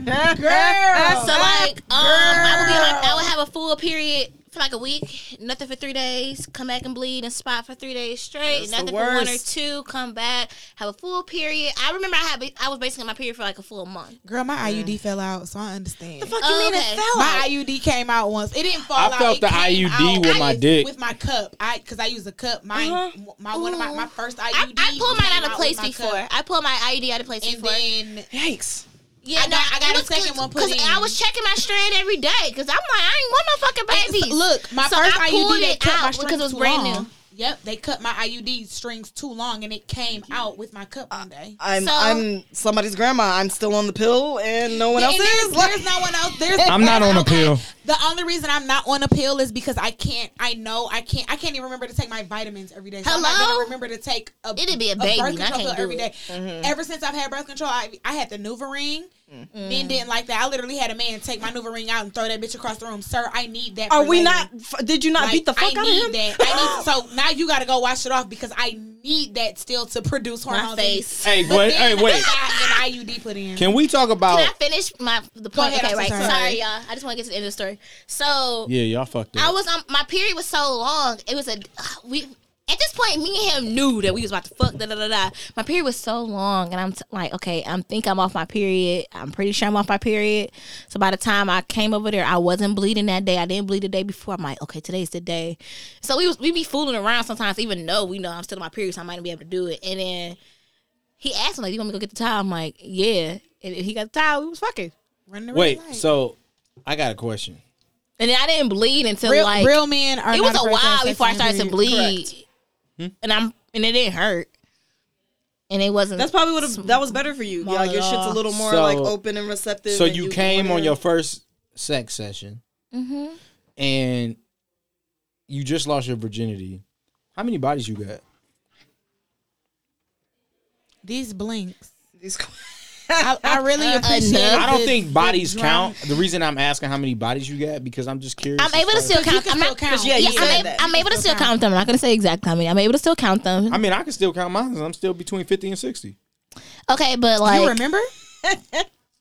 Speaker 1: up. Girl.
Speaker 3: so like, um, I would be on my, I would have a full period for like a week, nothing for three days, come back and bleed and spot for three days straight,
Speaker 4: That's the
Speaker 3: nothing for one or
Speaker 4: worst.
Speaker 3: two, come back, have a full period. I remember I had I was basically on my period for like a full month.
Speaker 1: Girl, my IUD fell out, so I understand.
Speaker 4: fuck
Speaker 3: you mean it fell
Speaker 1: My IUD came out once. It didn't fall
Speaker 2: I
Speaker 1: out.
Speaker 2: felt
Speaker 1: It
Speaker 2: the
Speaker 1: came
Speaker 2: IUD
Speaker 1: out.
Speaker 2: with
Speaker 1: I
Speaker 2: my
Speaker 1: used-
Speaker 2: dick.
Speaker 1: With my cup. I because I use a cup. Mine
Speaker 4: Uh-huh.
Speaker 1: my one of my, my first IUD.
Speaker 3: I, I pulled mine
Speaker 1: came
Speaker 3: out of
Speaker 1: with
Speaker 3: place
Speaker 1: my cup.
Speaker 3: before. I pulled my IUD out of place
Speaker 1: And
Speaker 3: before.
Speaker 1: then
Speaker 4: Yikes.
Speaker 3: yeah,
Speaker 1: I
Speaker 3: no,
Speaker 1: got- I got
Speaker 3: it
Speaker 1: a
Speaker 3: was
Speaker 1: second
Speaker 3: good,
Speaker 1: one put
Speaker 3: 'cause
Speaker 1: in.
Speaker 3: I was checking my strand every day because I'm like, I ain't want no fucking babies.
Speaker 1: Look, my
Speaker 3: So
Speaker 1: first E
Speaker 3: I pulled
Speaker 1: IUD they
Speaker 3: it
Speaker 1: cut my
Speaker 3: out
Speaker 1: strings
Speaker 3: because it was
Speaker 1: too
Speaker 3: brand
Speaker 1: long.
Speaker 3: new.
Speaker 1: Yep, they cut my IUD strings too long, and it came out with my cup one day.
Speaker 4: I'm
Speaker 3: So-
Speaker 4: I'm somebody's grandma. I'm still on the pill, and no one else
Speaker 1: And
Speaker 4: is.
Speaker 1: there's,
Speaker 4: Like,
Speaker 1: there's no one else. There's
Speaker 5: I'm not on a pill.
Speaker 1: The only reason I'm not on a pill is because I can't. I know I can't. I can't even remember to take my vitamins every day. So I'm not
Speaker 3: Hello?
Speaker 1: gonna remember to take a.
Speaker 3: It'd be a baby,
Speaker 1: birth
Speaker 3: and I
Speaker 1: control
Speaker 3: can't
Speaker 1: pill every
Speaker 3: do
Speaker 1: day.
Speaker 3: it. Mm-hmm.
Speaker 1: Ever since I've had birth control, I, I had the NuvaRing. Men didn't like that. I literally had a man take my NuvaRing out and throw that bitch across the room. Sir, I need that.
Speaker 4: are
Speaker 1: for
Speaker 4: we
Speaker 1: later.
Speaker 4: not? f- Did you not
Speaker 1: Like,
Speaker 4: beat the fuck
Speaker 1: I
Speaker 4: out
Speaker 1: need
Speaker 4: of him?
Speaker 1: That. I need so now you got to go wash it off because I need need that still to produce
Speaker 3: my
Speaker 1: hormones.
Speaker 3: face.
Speaker 2: Hey,
Speaker 1: But
Speaker 2: wait, hey,
Speaker 1: then
Speaker 2: wait.
Speaker 1: I got an IUD put in.
Speaker 2: Can we talk about?
Speaker 3: Can I finish my the point?
Speaker 1: ahead,
Speaker 3: okay,
Speaker 1: I'm
Speaker 3: right.
Speaker 1: so
Speaker 3: Sorry.
Speaker 1: sorry.
Speaker 3: y'all. I just want to get to the end of the story. So
Speaker 2: yeah, y'all fucked
Speaker 3: I
Speaker 2: up.
Speaker 3: was on my period was so long. It was a uh, we at this point me and him knew that we was about to fuck da da da da. My period was so long, and I'm t- like, okay, I'm think I'm off my period. I'm pretty sure I'm off my period. So by the time I came over there, I wasn't bleeding that day. I didn't bleed the day before. I'm like, okay, today's the day. So we was we be fooling around sometimes, even though we know I'm still on my period, so I might not be able to do it. And then he asked me like, you want me to go get the towel? I'm like, yeah. And if he got the towel, we was fucking.
Speaker 1: Run the red
Speaker 2: Wait,
Speaker 1: light.
Speaker 2: so I got a question.
Speaker 3: And then I didn't bleed until
Speaker 1: real,
Speaker 3: like
Speaker 1: real men are.
Speaker 3: it was
Speaker 1: not
Speaker 3: a
Speaker 1: afraid to have
Speaker 3: while
Speaker 1: sex
Speaker 3: before I
Speaker 1: with
Speaker 3: started to
Speaker 1: period. Correct.
Speaker 3: bleed, and I'm and it didn't hurt, and it wasn't.
Speaker 4: That's probably what have that was better for you. Yeah, like your shit's a little more
Speaker 2: So-
Speaker 4: like open and receptive.
Speaker 2: So
Speaker 4: and
Speaker 2: you
Speaker 4: can
Speaker 2: came on
Speaker 4: order-
Speaker 2: your first sex session,
Speaker 3: Mm-hmm.
Speaker 2: and you just lost your virginity. How many bodies you got?
Speaker 1: These blinks.
Speaker 4: These-
Speaker 1: I, I really appreciate.
Speaker 3: Enough.
Speaker 2: I don't
Speaker 1: the-
Speaker 2: think
Speaker 1: the
Speaker 2: bodies
Speaker 1: drum-
Speaker 2: count. The reason I'm asking how many bodies you got because I'm just curious.
Speaker 3: I'm
Speaker 2: as
Speaker 3: able to
Speaker 2: far
Speaker 3: still
Speaker 2: as-
Speaker 1: But you
Speaker 3: count.
Speaker 1: can
Speaker 3: I'm
Speaker 1: still
Speaker 3: not.
Speaker 1: count.
Speaker 4: Yeah, you
Speaker 3: Yeah,
Speaker 4: said
Speaker 3: I'm,
Speaker 4: that.
Speaker 3: able, I'm able to still count them. I'm not gonna say exact how many. I'm able to still count them.
Speaker 2: I mean, I can still count mine. I'm still between fifty and sixty.
Speaker 3: okay, but like,
Speaker 1: You remember?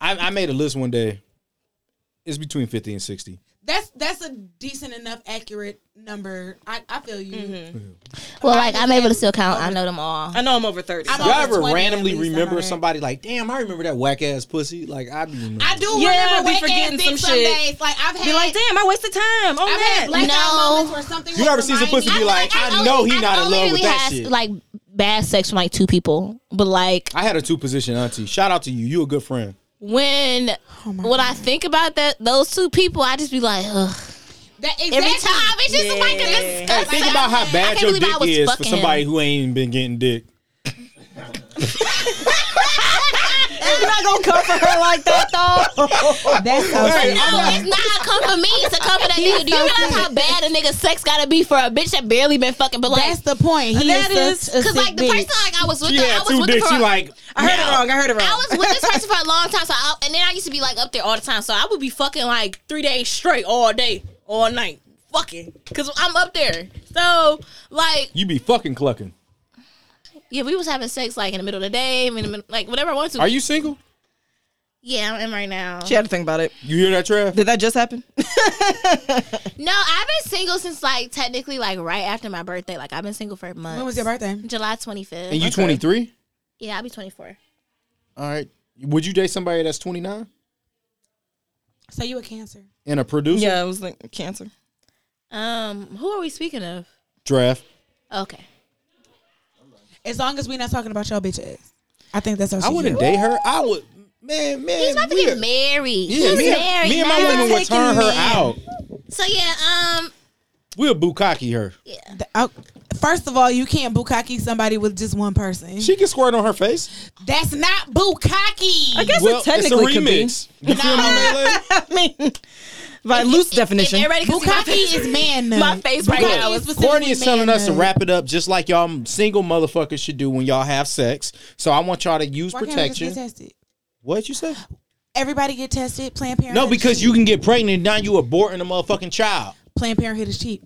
Speaker 2: I, I made a list one day. It's between fifty and sixty.
Speaker 1: That's that's a decent enough accurate number. I, I feel you.
Speaker 3: well, like I'm able to still count. I know them all.
Speaker 4: I know I'm over 30
Speaker 1: I'm
Speaker 3: Oh,
Speaker 4: so-
Speaker 1: over
Speaker 2: Y'all ever
Speaker 1: 20 at
Speaker 2: randomly
Speaker 1: least, I
Speaker 2: remember
Speaker 1: heard.
Speaker 2: somebody like, damn, I remember that whack ass pussy. Like I be remembering.
Speaker 1: I do
Speaker 4: Yeah,
Speaker 1: remember
Speaker 4: be
Speaker 1: wake ass
Speaker 4: forgetting
Speaker 1: dick some,
Speaker 4: some shit.
Speaker 1: days. Like I've had,
Speaker 4: Be like, damn, I wasted time on
Speaker 1: I've
Speaker 4: that.
Speaker 1: had blackout
Speaker 3: No.
Speaker 1: moments where something.
Speaker 2: You
Speaker 1: will
Speaker 2: ever see some
Speaker 1: remind
Speaker 2: pussy
Speaker 1: me-
Speaker 2: be like,
Speaker 3: I've
Speaker 2: I know
Speaker 3: only-
Speaker 2: he not
Speaker 3: I've
Speaker 2: in love
Speaker 3: only
Speaker 2: with
Speaker 3: really
Speaker 2: that
Speaker 3: had,
Speaker 2: shit.
Speaker 3: Like bad sex from like two people, but like
Speaker 2: I had a two position auntie. Shout out to you. You a good friend.
Speaker 3: when when I think about that those two people, I just be like, ugh.
Speaker 1: That exactly.
Speaker 3: every time it's just like a
Speaker 2: Hey,
Speaker 3: disgusting.
Speaker 2: think about how
Speaker 3: I
Speaker 2: bad
Speaker 3: can't
Speaker 2: your
Speaker 3: believe I
Speaker 2: dick
Speaker 3: was
Speaker 2: is for
Speaker 3: fucking
Speaker 2: somebody
Speaker 3: him.
Speaker 2: who ain't even been getting dick.
Speaker 4: You're not gonna comfort her like that though.
Speaker 1: That's so funny.
Speaker 2: Hey,
Speaker 3: No, it's not a come for me. It's a come for that nigga. Do you realize how bad a nigga's sex gotta be for a bitch that barely been fucking? But like,
Speaker 1: That's the point. He
Speaker 4: That
Speaker 1: is such a
Speaker 3: because
Speaker 1: sick
Speaker 3: like the
Speaker 1: bitch.
Speaker 3: person like I was with,
Speaker 2: She
Speaker 3: her, I
Speaker 2: had
Speaker 3: was
Speaker 2: two
Speaker 3: with her
Speaker 2: dicks.
Speaker 3: for.
Speaker 2: She like,
Speaker 4: I heard it wrong. I heard it wrong.
Speaker 3: I was with this person for a long time, so I, and then I used to be like up there all the time. So I would be fucking like three days straight, all day, all night, fucking, because I'm up there. So like,
Speaker 2: you be fucking clucking.
Speaker 3: yeah, we was having sex like in the middle of the day, in the middle, like whatever I want to.
Speaker 2: Are you single?
Speaker 3: Yeah, I'm in right now.
Speaker 4: she had to think about it.
Speaker 2: You hear that, Trav?
Speaker 4: Did that just happen?
Speaker 3: No, I've been single since like technically like right after my birthday. Like I've been single for months.
Speaker 1: When was your birthday?
Speaker 3: July 25th.
Speaker 2: And you 23?
Speaker 3: yeah, I'll be 24.
Speaker 2: All right. Would you date somebody that's 29
Speaker 1: So you a cancer?
Speaker 2: and a producer?
Speaker 4: yeah, it was like cancer.
Speaker 3: Um, who are we speaking of?
Speaker 2: Draft.
Speaker 3: Okay.
Speaker 1: As long as we're not talking about your bitch ass, I think that's. What
Speaker 2: I
Speaker 1: she
Speaker 2: wouldn't
Speaker 1: said.
Speaker 2: date her. I would. Man, man.
Speaker 3: He's about to
Speaker 2: we
Speaker 3: get
Speaker 2: are-
Speaker 3: married.
Speaker 2: Yeah,
Speaker 3: He's
Speaker 2: me, and,
Speaker 3: married.
Speaker 2: me and my
Speaker 3: now.
Speaker 2: woman would
Speaker 4: taking
Speaker 2: turn her
Speaker 4: men.
Speaker 2: out.
Speaker 3: So yeah, um,
Speaker 2: We'll bukkake her.
Speaker 1: Th- I- uh, First of all, you can't bukkake somebody with just one person.
Speaker 2: She can squirt on her face.
Speaker 1: That's not bukkake. I
Speaker 4: guess- That's what technically could be.
Speaker 2: remix. You feel my man? lady?
Speaker 4: I mean, by loose definition.
Speaker 3: if everybody can see my face-
Speaker 1: bukkake is man.
Speaker 3: my face right
Speaker 1: Bukkake
Speaker 3: now
Speaker 1: is
Speaker 3: is-
Speaker 1: specifically
Speaker 2: Courtney is telling
Speaker 1: man
Speaker 2: us to
Speaker 1: nut.
Speaker 2: wrap it up just like y'all single motherfuckers should do when y'all have sex. So I want y'all to use
Speaker 1: Why can't we just get
Speaker 2: protection.
Speaker 1: tested?
Speaker 2: What you say?
Speaker 1: Everybody get tested. Planned Parenthood.
Speaker 2: No, because
Speaker 1: is
Speaker 2: you
Speaker 1: cheap.
Speaker 2: can get pregnant and now you aborting a motherfucking child.
Speaker 1: Planned Parenthood is cheap.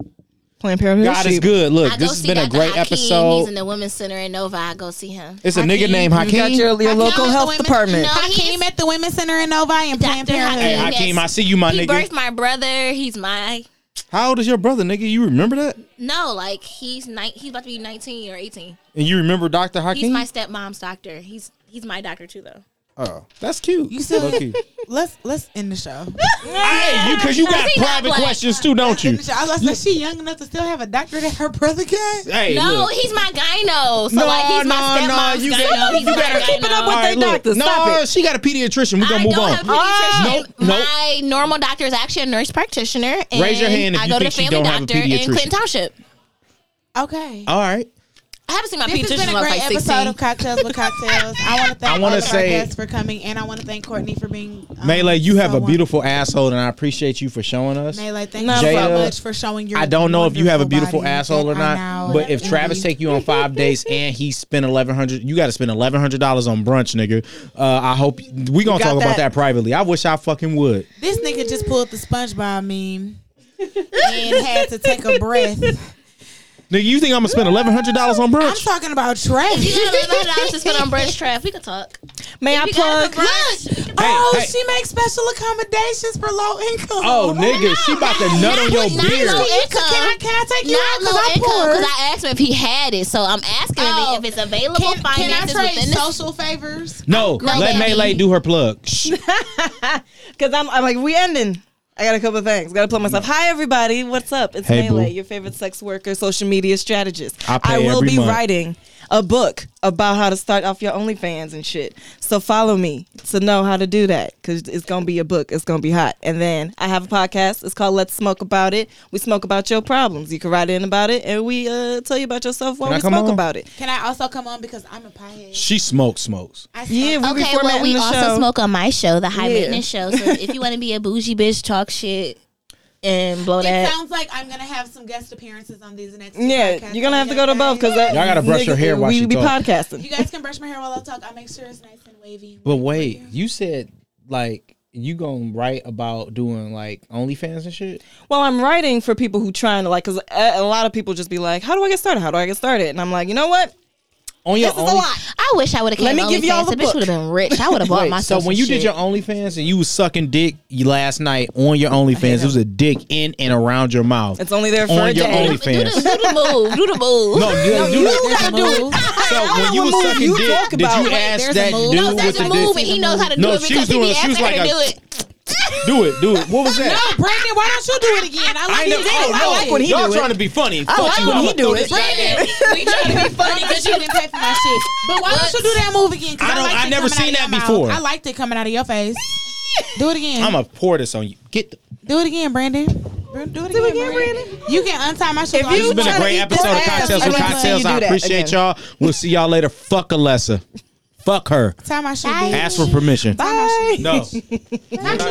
Speaker 4: Planned Parenthood.
Speaker 2: God is
Speaker 4: sheep.
Speaker 2: good. Look,
Speaker 3: I go
Speaker 2: this has
Speaker 3: see
Speaker 2: been a
Speaker 3: Dr.
Speaker 2: great
Speaker 3: Hakeem. He's in
Speaker 2: episode.
Speaker 3: the women's center in Nova. I go see him.
Speaker 2: It's a nigga
Speaker 1: Hakeem,
Speaker 2: named
Speaker 4: You got
Speaker 2: Hakeem.
Speaker 4: your, your local
Speaker 1: at the
Speaker 4: health
Speaker 1: women's-
Speaker 4: department.
Speaker 3: No.
Speaker 1: Hakeem
Speaker 3: he's-
Speaker 1: at the Women's Center in Novi and Planned
Speaker 3: Dr.
Speaker 1: Parenthood.
Speaker 2: Hey,
Speaker 3: Hakeem.
Speaker 2: Hakeem,
Speaker 3: Yes.
Speaker 2: I see you, my
Speaker 3: he
Speaker 2: nigga.
Speaker 3: birthed my brother. He's my
Speaker 2: How old is your brother, nigga? You remember that?
Speaker 3: no, like he's nine. He's about to be nineteen or eighteen.
Speaker 2: And you remember Dr.
Speaker 3: He's
Speaker 2: Hakeem?
Speaker 3: my stepmom's doctor. He's he's my doctor too, though.
Speaker 2: oh, that's cute.
Speaker 1: You still-
Speaker 2: Low-key.
Speaker 1: Let's let's end the show.
Speaker 2: Hey, you because you got
Speaker 3: Is he not
Speaker 2: private
Speaker 3: black?
Speaker 2: questions too, don't
Speaker 1: Let's end
Speaker 2: you?
Speaker 1: the show. I was like, she young enough to still have a doctorate that her brother got.
Speaker 2: Hey,
Speaker 3: no,
Speaker 2: look.
Speaker 3: he's my gyno. So like he's my stepmom's
Speaker 2: you
Speaker 3: gyno.
Speaker 2: gotta-
Speaker 3: he's
Speaker 2: you
Speaker 3: my
Speaker 2: gotta
Speaker 3: gyno.
Speaker 2: keep it up
Speaker 4: with they doctors.
Speaker 2: No,
Speaker 4: Stop it.
Speaker 2: she got a pediatrician. We gonna
Speaker 3: I
Speaker 2: move
Speaker 3: don't
Speaker 2: on.
Speaker 3: have a pediatrician.
Speaker 2: nope, nope.
Speaker 3: My normal doctor is actually a nurse practitioner. And
Speaker 2: Raise your hand if
Speaker 3: I
Speaker 2: you
Speaker 3: go
Speaker 2: think
Speaker 3: to
Speaker 2: she
Speaker 3: the family
Speaker 2: don't have a
Speaker 3: doctor in
Speaker 2: pediatrician.
Speaker 3: Clinton Township.
Speaker 1: Okay.
Speaker 2: All right.
Speaker 3: I haven't seen my
Speaker 1: This has
Speaker 3: pediatrician
Speaker 1: been
Speaker 3: since
Speaker 1: a
Speaker 3: I was
Speaker 1: great
Speaker 3: like
Speaker 1: episode
Speaker 3: 16.
Speaker 1: of Cocktails with Cocktails. I want to thank
Speaker 2: I
Speaker 1: all
Speaker 2: wanna
Speaker 1: of
Speaker 2: say-
Speaker 1: our guests for coming, and I want to thank Courtney for being. Um,
Speaker 2: Melee, you have
Speaker 1: so
Speaker 2: a
Speaker 1: wonderful.
Speaker 2: beautiful asshole, and I appreciate you for showing us.
Speaker 1: Melee, thank
Speaker 4: Not
Speaker 1: you
Speaker 2: a
Speaker 1: so
Speaker 2: problem.
Speaker 1: much for showing your.
Speaker 2: I don't know if you have a beautiful
Speaker 1: body
Speaker 2: asshole or
Speaker 1: that I
Speaker 2: not,
Speaker 1: know
Speaker 2: but if
Speaker 1: is
Speaker 2: Travis
Speaker 1: pretty.
Speaker 2: take you on five days and he spent eleven hundred, you got to spend eleven hundred dollars on brunch, nigga. Uh, I hope we gonna
Speaker 4: got
Speaker 2: talk about that
Speaker 4: that?
Speaker 2: privately. I wish I fucking would.
Speaker 1: This nigga just pulled the SpongeBob meme and had to take a breath.
Speaker 5: Nigga, you think I'm gonna spend eleven hundred dollars on
Speaker 1: I'm
Speaker 5: brunch?
Speaker 1: talking about Trey.
Speaker 3: You got eleven dollars to spend on brunch trap. We could talk.
Speaker 4: May I
Speaker 3: We got
Speaker 4: plug?
Speaker 3: it for brunch.
Speaker 1: oh,
Speaker 2: hey.
Speaker 1: she makes special accommodations for low income.
Speaker 2: Oh, nigga, she about to nut on your
Speaker 3: Not
Speaker 2: beard.
Speaker 3: low
Speaker 1: Can I,
Speaker 3: income.
Speaker 1: can I take you
Speaker 3: Not
Speaker 1: out? 'Cause
Speaker 3: low
Speaker 1: I'm
Speaker 3: income
Speaker 1: poor.
Speaker 3: because I asked him if he had it. So I'm asking him
Speaker 1: Oh.
Speaker 3: if it's available
Speaker 1: Can- can I
Speaker 3: finances
Speaker 1: trade
Speaker 3: within the
Speaker 1: social favors?
Speaker 5: No,
Speaker 3: No,
Speaker 5: let
Speaker 3: baby.
Speaker 5: Maylay do her plug. Shh.
Speaker 4: Because I'm, I'm like, we ending. I got a couple of things. Got to plug myself. Hi, everybody. What's up? It's
Speaker 5: Hey,
Speaker 4: Melee,
Speaker 5: boo.
Speaker 4: your favorite sex worker, social media strategist.
Speaker 5: I pay
Speaker 4: will
Speaker 5: every
Speaker 4: be
Speaker 5: month.
Speaker 4: writing a book about how to start off your OnlyFans and shit. So follow me to know how to do that because it's going to be a book. It's going to be hot. And then I have a podcast. It's called Let's Smoke About It. We smoke about your problems. You can write in about it and we uh, tell you about yourself while
Speaker 5: Can I
Speaker 4: we
Speaker 5: come
Speaker 4: smoke
Speaker 5: on?
Speaker 4: about it.
Speaker 1: Can I also come on because I'm a piehead?
Speaker 5: She smokes, smokes.
Speaker 1: I
Speaker 4: Yeah,
Speaker 1: suck.
Speaker 4: we
Speaker 3: Okay,
Speaker 4: reformatting
Speaker 3: well, we
Speaker 4: the
Speaker 3: also
Speaker 4: show.
Speaker 3: smoke on my show, the High
Speaker 4: Yeah.
Speaker 3: Maintenance Show. So if you want to be a bougie bitch, talk shit and blow
Speaker 1: It
Speaker 3: that.
Speaker 1: sounds like I'm gonna have some guest appearances on these next. two
Speaker 4: Yeah,
Speaker 1: podcasts.
Speaker 4: you're going to have to go to
Speaker 1: Okay.
Speaker 4: both uh, because
Speaker 2: Y'all gotta brush your hair while
Speaker 4: we
Speaker 2: she
Speaker 4: be
Speaker 2: talk.
Speaker 4: podcasting.
Speaker 1: You guys can brush my hair while I talk. I'll make sure it's nice and wavy.
Speaker 2: But wait, you said like you gonna write about doing like OnlyFans and shit?
Speaker 4: Well, I'm writing for people who trying to like, cause a, a lot of people just be like, "How do I get started? How do I get started?" And I'm like, you know what?
Speaker 2: On your
Speaker 4: This is a lot.
Speaker 3: I wish I would have came
Speaker 4: Let me
Speaker 3: to
Speaker 4: give y'all
Speaker 3: OnlyFans.
Speaker 4: the
Speaker 3: The bitch
Speaker 4: book.
Speaker 3: would have been rich. I would have bought
Speaker 2: Wait, so
Speaker 3: myself.
Speaker 2: when
Speaker 3: some
Speaker 2: you
Speaker 3: shit.
Speaker 2: did your OnlyFans and you was sucking dick last night on your OnlyFans, it was a dick in and around your mouth.
Speaker 4: It's only there for
Speaker 2: on
Speaker 4: a
Speaker 2: your
Speaker 4: day.
Speaker 3: do the, do
Speaker 2: OnlyFans.
Speaker 3: the move, do the move.
Speaker 2: No, you,
Speaker 4: No,
Speaker 2: do
Speaker 4: you
Speaker 2: that.
Speaker 4: gotta do it.
Speaker 2: So when you
Speaker 4: What
Speaker 2: was
Speaker 4: move
Speaker 2: sucking
Speaker 4: you
Speaker 2: dick,
Speaker 4: talk
Speaker 2: did you
Speaker 4: about? Wait,
Speaker 2: ask
Speaker 1: there's
Speaker 2: that
Speaker 1: a move.
Speaker 2: dude
Speaker 1: No,
Speaker 3: no,
Speaker 2: what
Speaker 3: that's a
Speaker 2: you
Speaker 3: move,
Speaker 2: did?
Speaker 3: and he knows how to do
Speaker 2: No,
Speaker 3: it
Speaker 2: she was
Speaker 3: because he
Speaker 2: doing
Speaker 3: be
Speaker 2: it. She
Speaker 3: asking
Speaker 2: was
Speaker 3: her
Speaker 2: like
Speaker 3: to do
Speaker 2: a-
Speaker 3: it.
Speaker 2: Do it, do it. What was that?
Speaker 1: No, Oh, Brandon, why don't you do it again? I like
Speaker 2: I ain't
Speaker 1: you
Speaker 2: never-
Speaker 1: did it.
Speaker 2: oh,
Speaker 1: I
Speaker 2: no.
Speaker 1: like
Speaker 4: when he
Speaker 2: Y'all
Speaker 4: do it.
Speaker 2: trying to be funny.
Speaker 4: I
Speaker 2: Fuck
Speaker 4: like
Speaker 2: you.
Speaker 4: when
Speaker 2: I'ma
Speaker 4: he do
Speaker 2: throw
Speaker 4: it.
Speaker 2: this goddamn-
Speaker 1: We try to be funny because you didn't pay for my shit. But why don't you do that move again? 'Cause
Speaker 2: I don't-
Speaker 1: liked
Speaker 2: I
Speaker 1: it
Speaker 2: never
Speaker 1: coming out
Speaker 2: seen
Speaker 1: of your
Speaker 2: that
Speaker 1: mouth.
Speaker 2: before.
Speaker 1: I liked it coming out of your face. Do it again.
Speaker 2: I'ma pour this on you. Get the
Speaker 1: do it again, Brandon. Br- Do it again,
Speaker 4: again,
Speaker 1: Brandon. You can untie my shoes.
Speaker 4: If you
Speaker 2: It's been a
Speaker 4: tryna
Speaker 2: great
Speaker 4: eat
Speaker 2: episode
Speaker 4: this
Speaker 2: of
Speaker 4: ass,
Speaker 2: Cocktails with
Speaker 4: I'm gonna see
Speaker 2: Cocktails.
Speaker 4: you
Speaker 2: I
Speaker 4: do that
Speaker 2: appreciate
Speaker 4: again.
Speaker 2: y'all. We'll see y'all later. Fuck Alessa. Fuck her.
Speaker 1: Tie my shoe,
Speaker 3: Bye.
Speaker 1: bitch.
Speaker 2: Ask for permission.
Speaker 1: Tie my shoe.
Speaker 2: No.
Speaker 1: Not you,